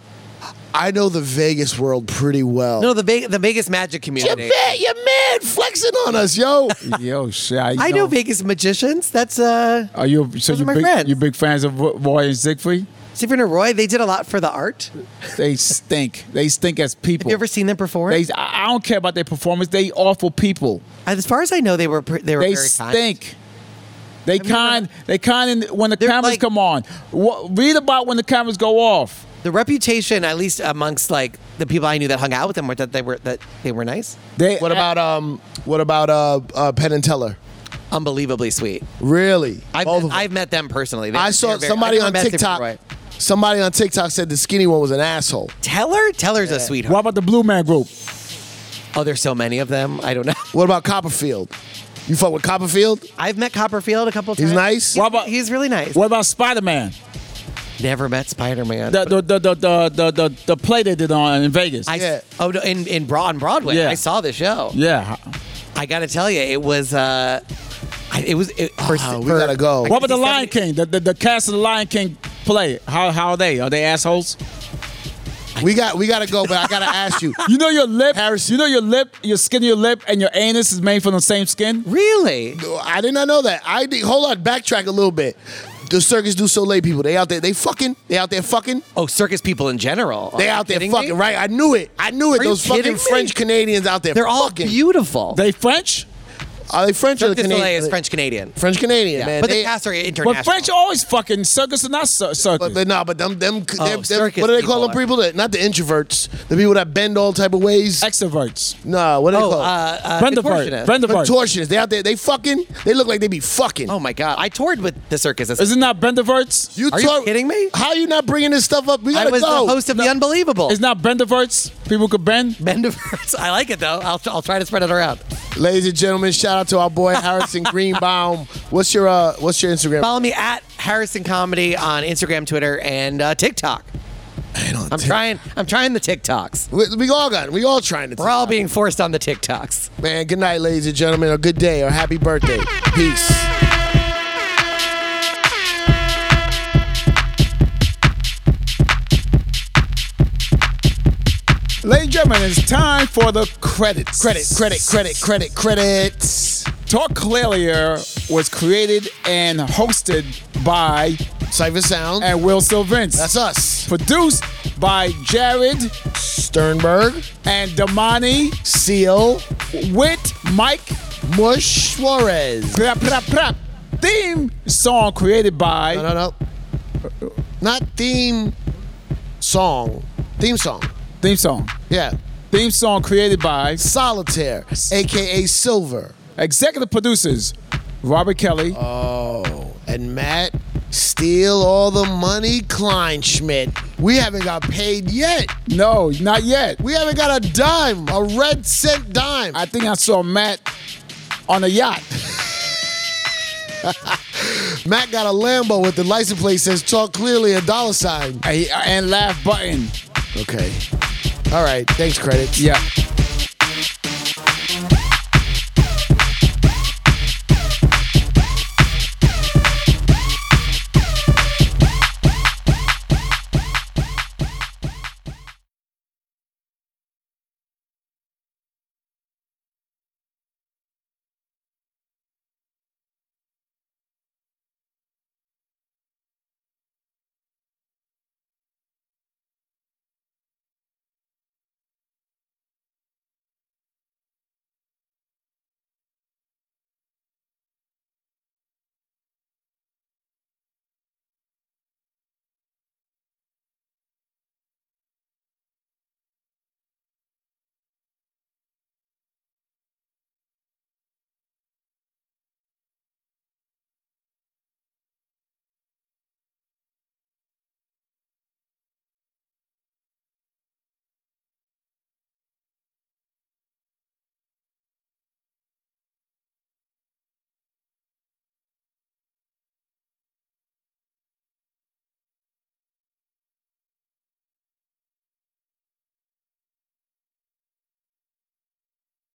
Speaker 2: I know the Vegas world pretty well.
Speaker 4: No, the Ve- the Vegas magic
Speaker 2: your
Speaker 4: community.
Speaker 2: man, your man flexing on us, yo.
Speaker 3: Yo, shit. I know.
Speaker 4: I know Vegas magicians. That's uh,
Speaker 3: Are you so
Speaker 4: Those
Speaker 3: you
Speaker 4: are my
Speaker 3: big,
Speaker 4: friends.
Speaker 3: you big fans of Ro- Roy and Siegfried?
Speaker 4: Siegfried and Roy. They did a lot for the art.
Speaker 3: They stink. they stink as people.
Speaker 4: Have you ever seen them perform?
Speaker 3: They, I I don't care about their performance. They awful people.
Speaker 4: as far as I know, they were pr- they were
Speaker 3: They
Speaker 4: very kind.
Speaker 3: stink. They
Speaker 4: mean,
Speaker 3: kind. They kind. in- When the
Speaker 4: They're
Speaker 3: cameras
Speaker 4: like-
Speaker 3: come on, Wha- read about when the cameras go off.
Speaker 4: The reputation, at least amongst like the people I knew that hung out with them, were that they were that they were nice,
Speaker 3: They,
Speaker 2: what about um? What about uh, uh Penn and Teller?
Speaker 4: unbelievably sweet.
Speaker 2: Really?
Speaker 4: I've,
Speaker 2: Both of
Speaker 4: met,
Speaker 2: them.
Speaker 4: I've met them personally. They-
Speaker 2: I saw
Speaker 4: they're very-
Speaker 2: somebody
Speaker 4: I've never
Speaker 2: on
Speaker 4: met Siegfried and
Speaker 2: TikTok.
Speaker 4: Roy.
Speaker 2: Somebody on TikTok said the skinny one was an asshole.
Speaker 4: Teller, Teller's a sweetheart.
Speaker 3: What about the Blue Man Group?
Speaker 4: Oh, there's so many of them. I don't know.
Speaker 2: What about Copperfield? You fuck with Copperfield?
Speaker 4: I've met Copperfield a couple times.
Speaker 2: He's nice.
Speaker 3: What about
Speaker 4: He's really nice.
Speaker 3: What about Spider Man?
Speaker 4: Never met Spider Man.
Speaker 3: The the, the the the the the the play they did on in Vegas.
Speaker 4: I,
Speaker 2: Yeah.
Speaker 4: Oh, no, in in Broad on Broadway.
Speaker 3: Yeah.
Speaker 4: I saw the show.
Speaker 3: yeah.
Speaker 4: I gotta tell you, it was uh, I- it was it, for,
Speaker 2: Oh, we
Speaker 4: for-
Speaker 2: gotta go.
Speaker 4: I
Speaker 3: What about the
Speaker 4: guess
Speaker 3: Lion
Speaker 4: seventy-
Speaker 3: King? The, the the cast of the Lion King play. How how are they? Are they assholes?
Speaker 2: We got we gotta go, but I gotta ask you.
Speaker 3: You know your lip,
Speaker 2: Harrison.
Speaker 3: You know your lip, your skin of your lip, and your anus is made from the same skin.
Speaker 4: Really?
Speaker 2: I did not know that. I did, hold on, backtrack a little bit. The Circus du Soleil people, they out there, they fucking, they out there fucking,
Speaker 4: Oh, circus people in general.
Speaker 2: they
Speaker 4: Are you
Speaker 2: out there
Speaker 4: kidding
Speaker 2: fucking,
Speaker 4: me?
Speaker 2: right? I knew it. I knew it.
Speaker 4: Are you
Speaker 2: Those fucking
Speaker 4: kidding me?
Speaker 2: French Canadians out there.
Speaker 4: They're all
Speaker 2: fucking.
Speaker 4: beautiful.
Speaker 3: They French,
Speaker 2: Are they French or
Speaker 4: Cirque du
Speaker 2: Canadian?
Speaker 4: Soleil is French Canadian.
Speaker 2: French Canadian, man.
Speaker 4: but
Speaker 2: they,
Speaker 4: the cast are international.
Speaker 3: but French always fucking circus and not cir-
Speaker 2: But
Speaker 3: circus.
Speaker 2: they, nah, but them, them, them, them-
Speaker 4: Oh, circus
Speaker 2: what do they call
Speaker 4: people
Speaker 2: them
Speaker 4: are-
Speaker 2: people? That, not the introverts, the people that bend all type of ways.
Speaker 3: Extroverts,
Speaker 2: nah, what do they
Speaker 4: Oh,
Speaker 2: call?
Speaker 4: uh, uh,
Speaker 3: Brenda
Speaker 4: contortionist.
Speaker 3: Bart, Brenda Bart.
Speaker 2: Contortionists. They out there, they fucking, they look like they be fucking.
Speaker 4: Oh my god, I toured with the circus.
Speaker 3: Is it not Benderverts?
Speaker 2: you
Speaker 4: Are you
Speaker 2: talk-
Speaker 4: kidding me?
Speaker 2: How you not bringing this stuff up? We
Speaker 4: I
Speaker 2: gotta
Speaker 4: was
Speaker 2: go.
Speaker 4: the host of the Unbelievable.
Speaker 3: It's not Benderverts. People could bend.
Speaker 4: Bendiverse. I like it though. I'll, I'll try to spread it around.
Speaker 2: Ladies and gentlemen, shout out to our boy Harrison Greenbaum. What's your uh, what's your Instagram?
Speaker 4: Follow me at Harrison Comedy on Instagram, Twitter, and uh, TikTok. I'm trying. I'm trying the TikToks.
Speaker 2: We, we all got it. We all trying to.
Speaker 4: We're all being forced on the TikToks.
Speaker 2: Man, good night, ladies and gentlemen, or good day, or happy birthday. Peace.
Speaker 3: Ladies and gentlemen, it's time for the credits.
Speaker 2: Credit, credit, credit, credit, credits.
Speaker 3: Talk Clearlier was created and hosted by
Speaker 2: Cypher Sound.
Speaker 3: and Will Silvince.
Speaker 2: That's us.
Speaker 3: Produced by Jared
Speaker 2: Sternberg,
Speaker 3: and Damani
Speaker 2: Seal,
Speaker 3: with Mike
Speaker 2: Mush Suarez.
Speaker 3: Pra, pra, pra. Theme song created by
Speaker 2: No, no, no. Not theme song. Theme song.
Speaker 3: theme song.
Speaker 2: Yeah.
Speaker 3: Theme song created by
Speaker 2: Solitaire, aka Silver,
Speaker 3: executive producers Robert Kelly,
Speaker 2: and Matt steal all the money, Kleinschmidt. We haven't got paid yet.
Speaker 3: no, not yet.
Speaker 2: We haven't got a dime, a red cent dime.
Speaker 3: I think I saw Matt on a yacht.
Speaker 2: Matt got a Lambo with the license plate says "Talk clearly" a dollar sign.
Speaker 3: and laugh button.
Speaker 2: Okay. All right. Thanks, credits.
Speaker 3: Yeah.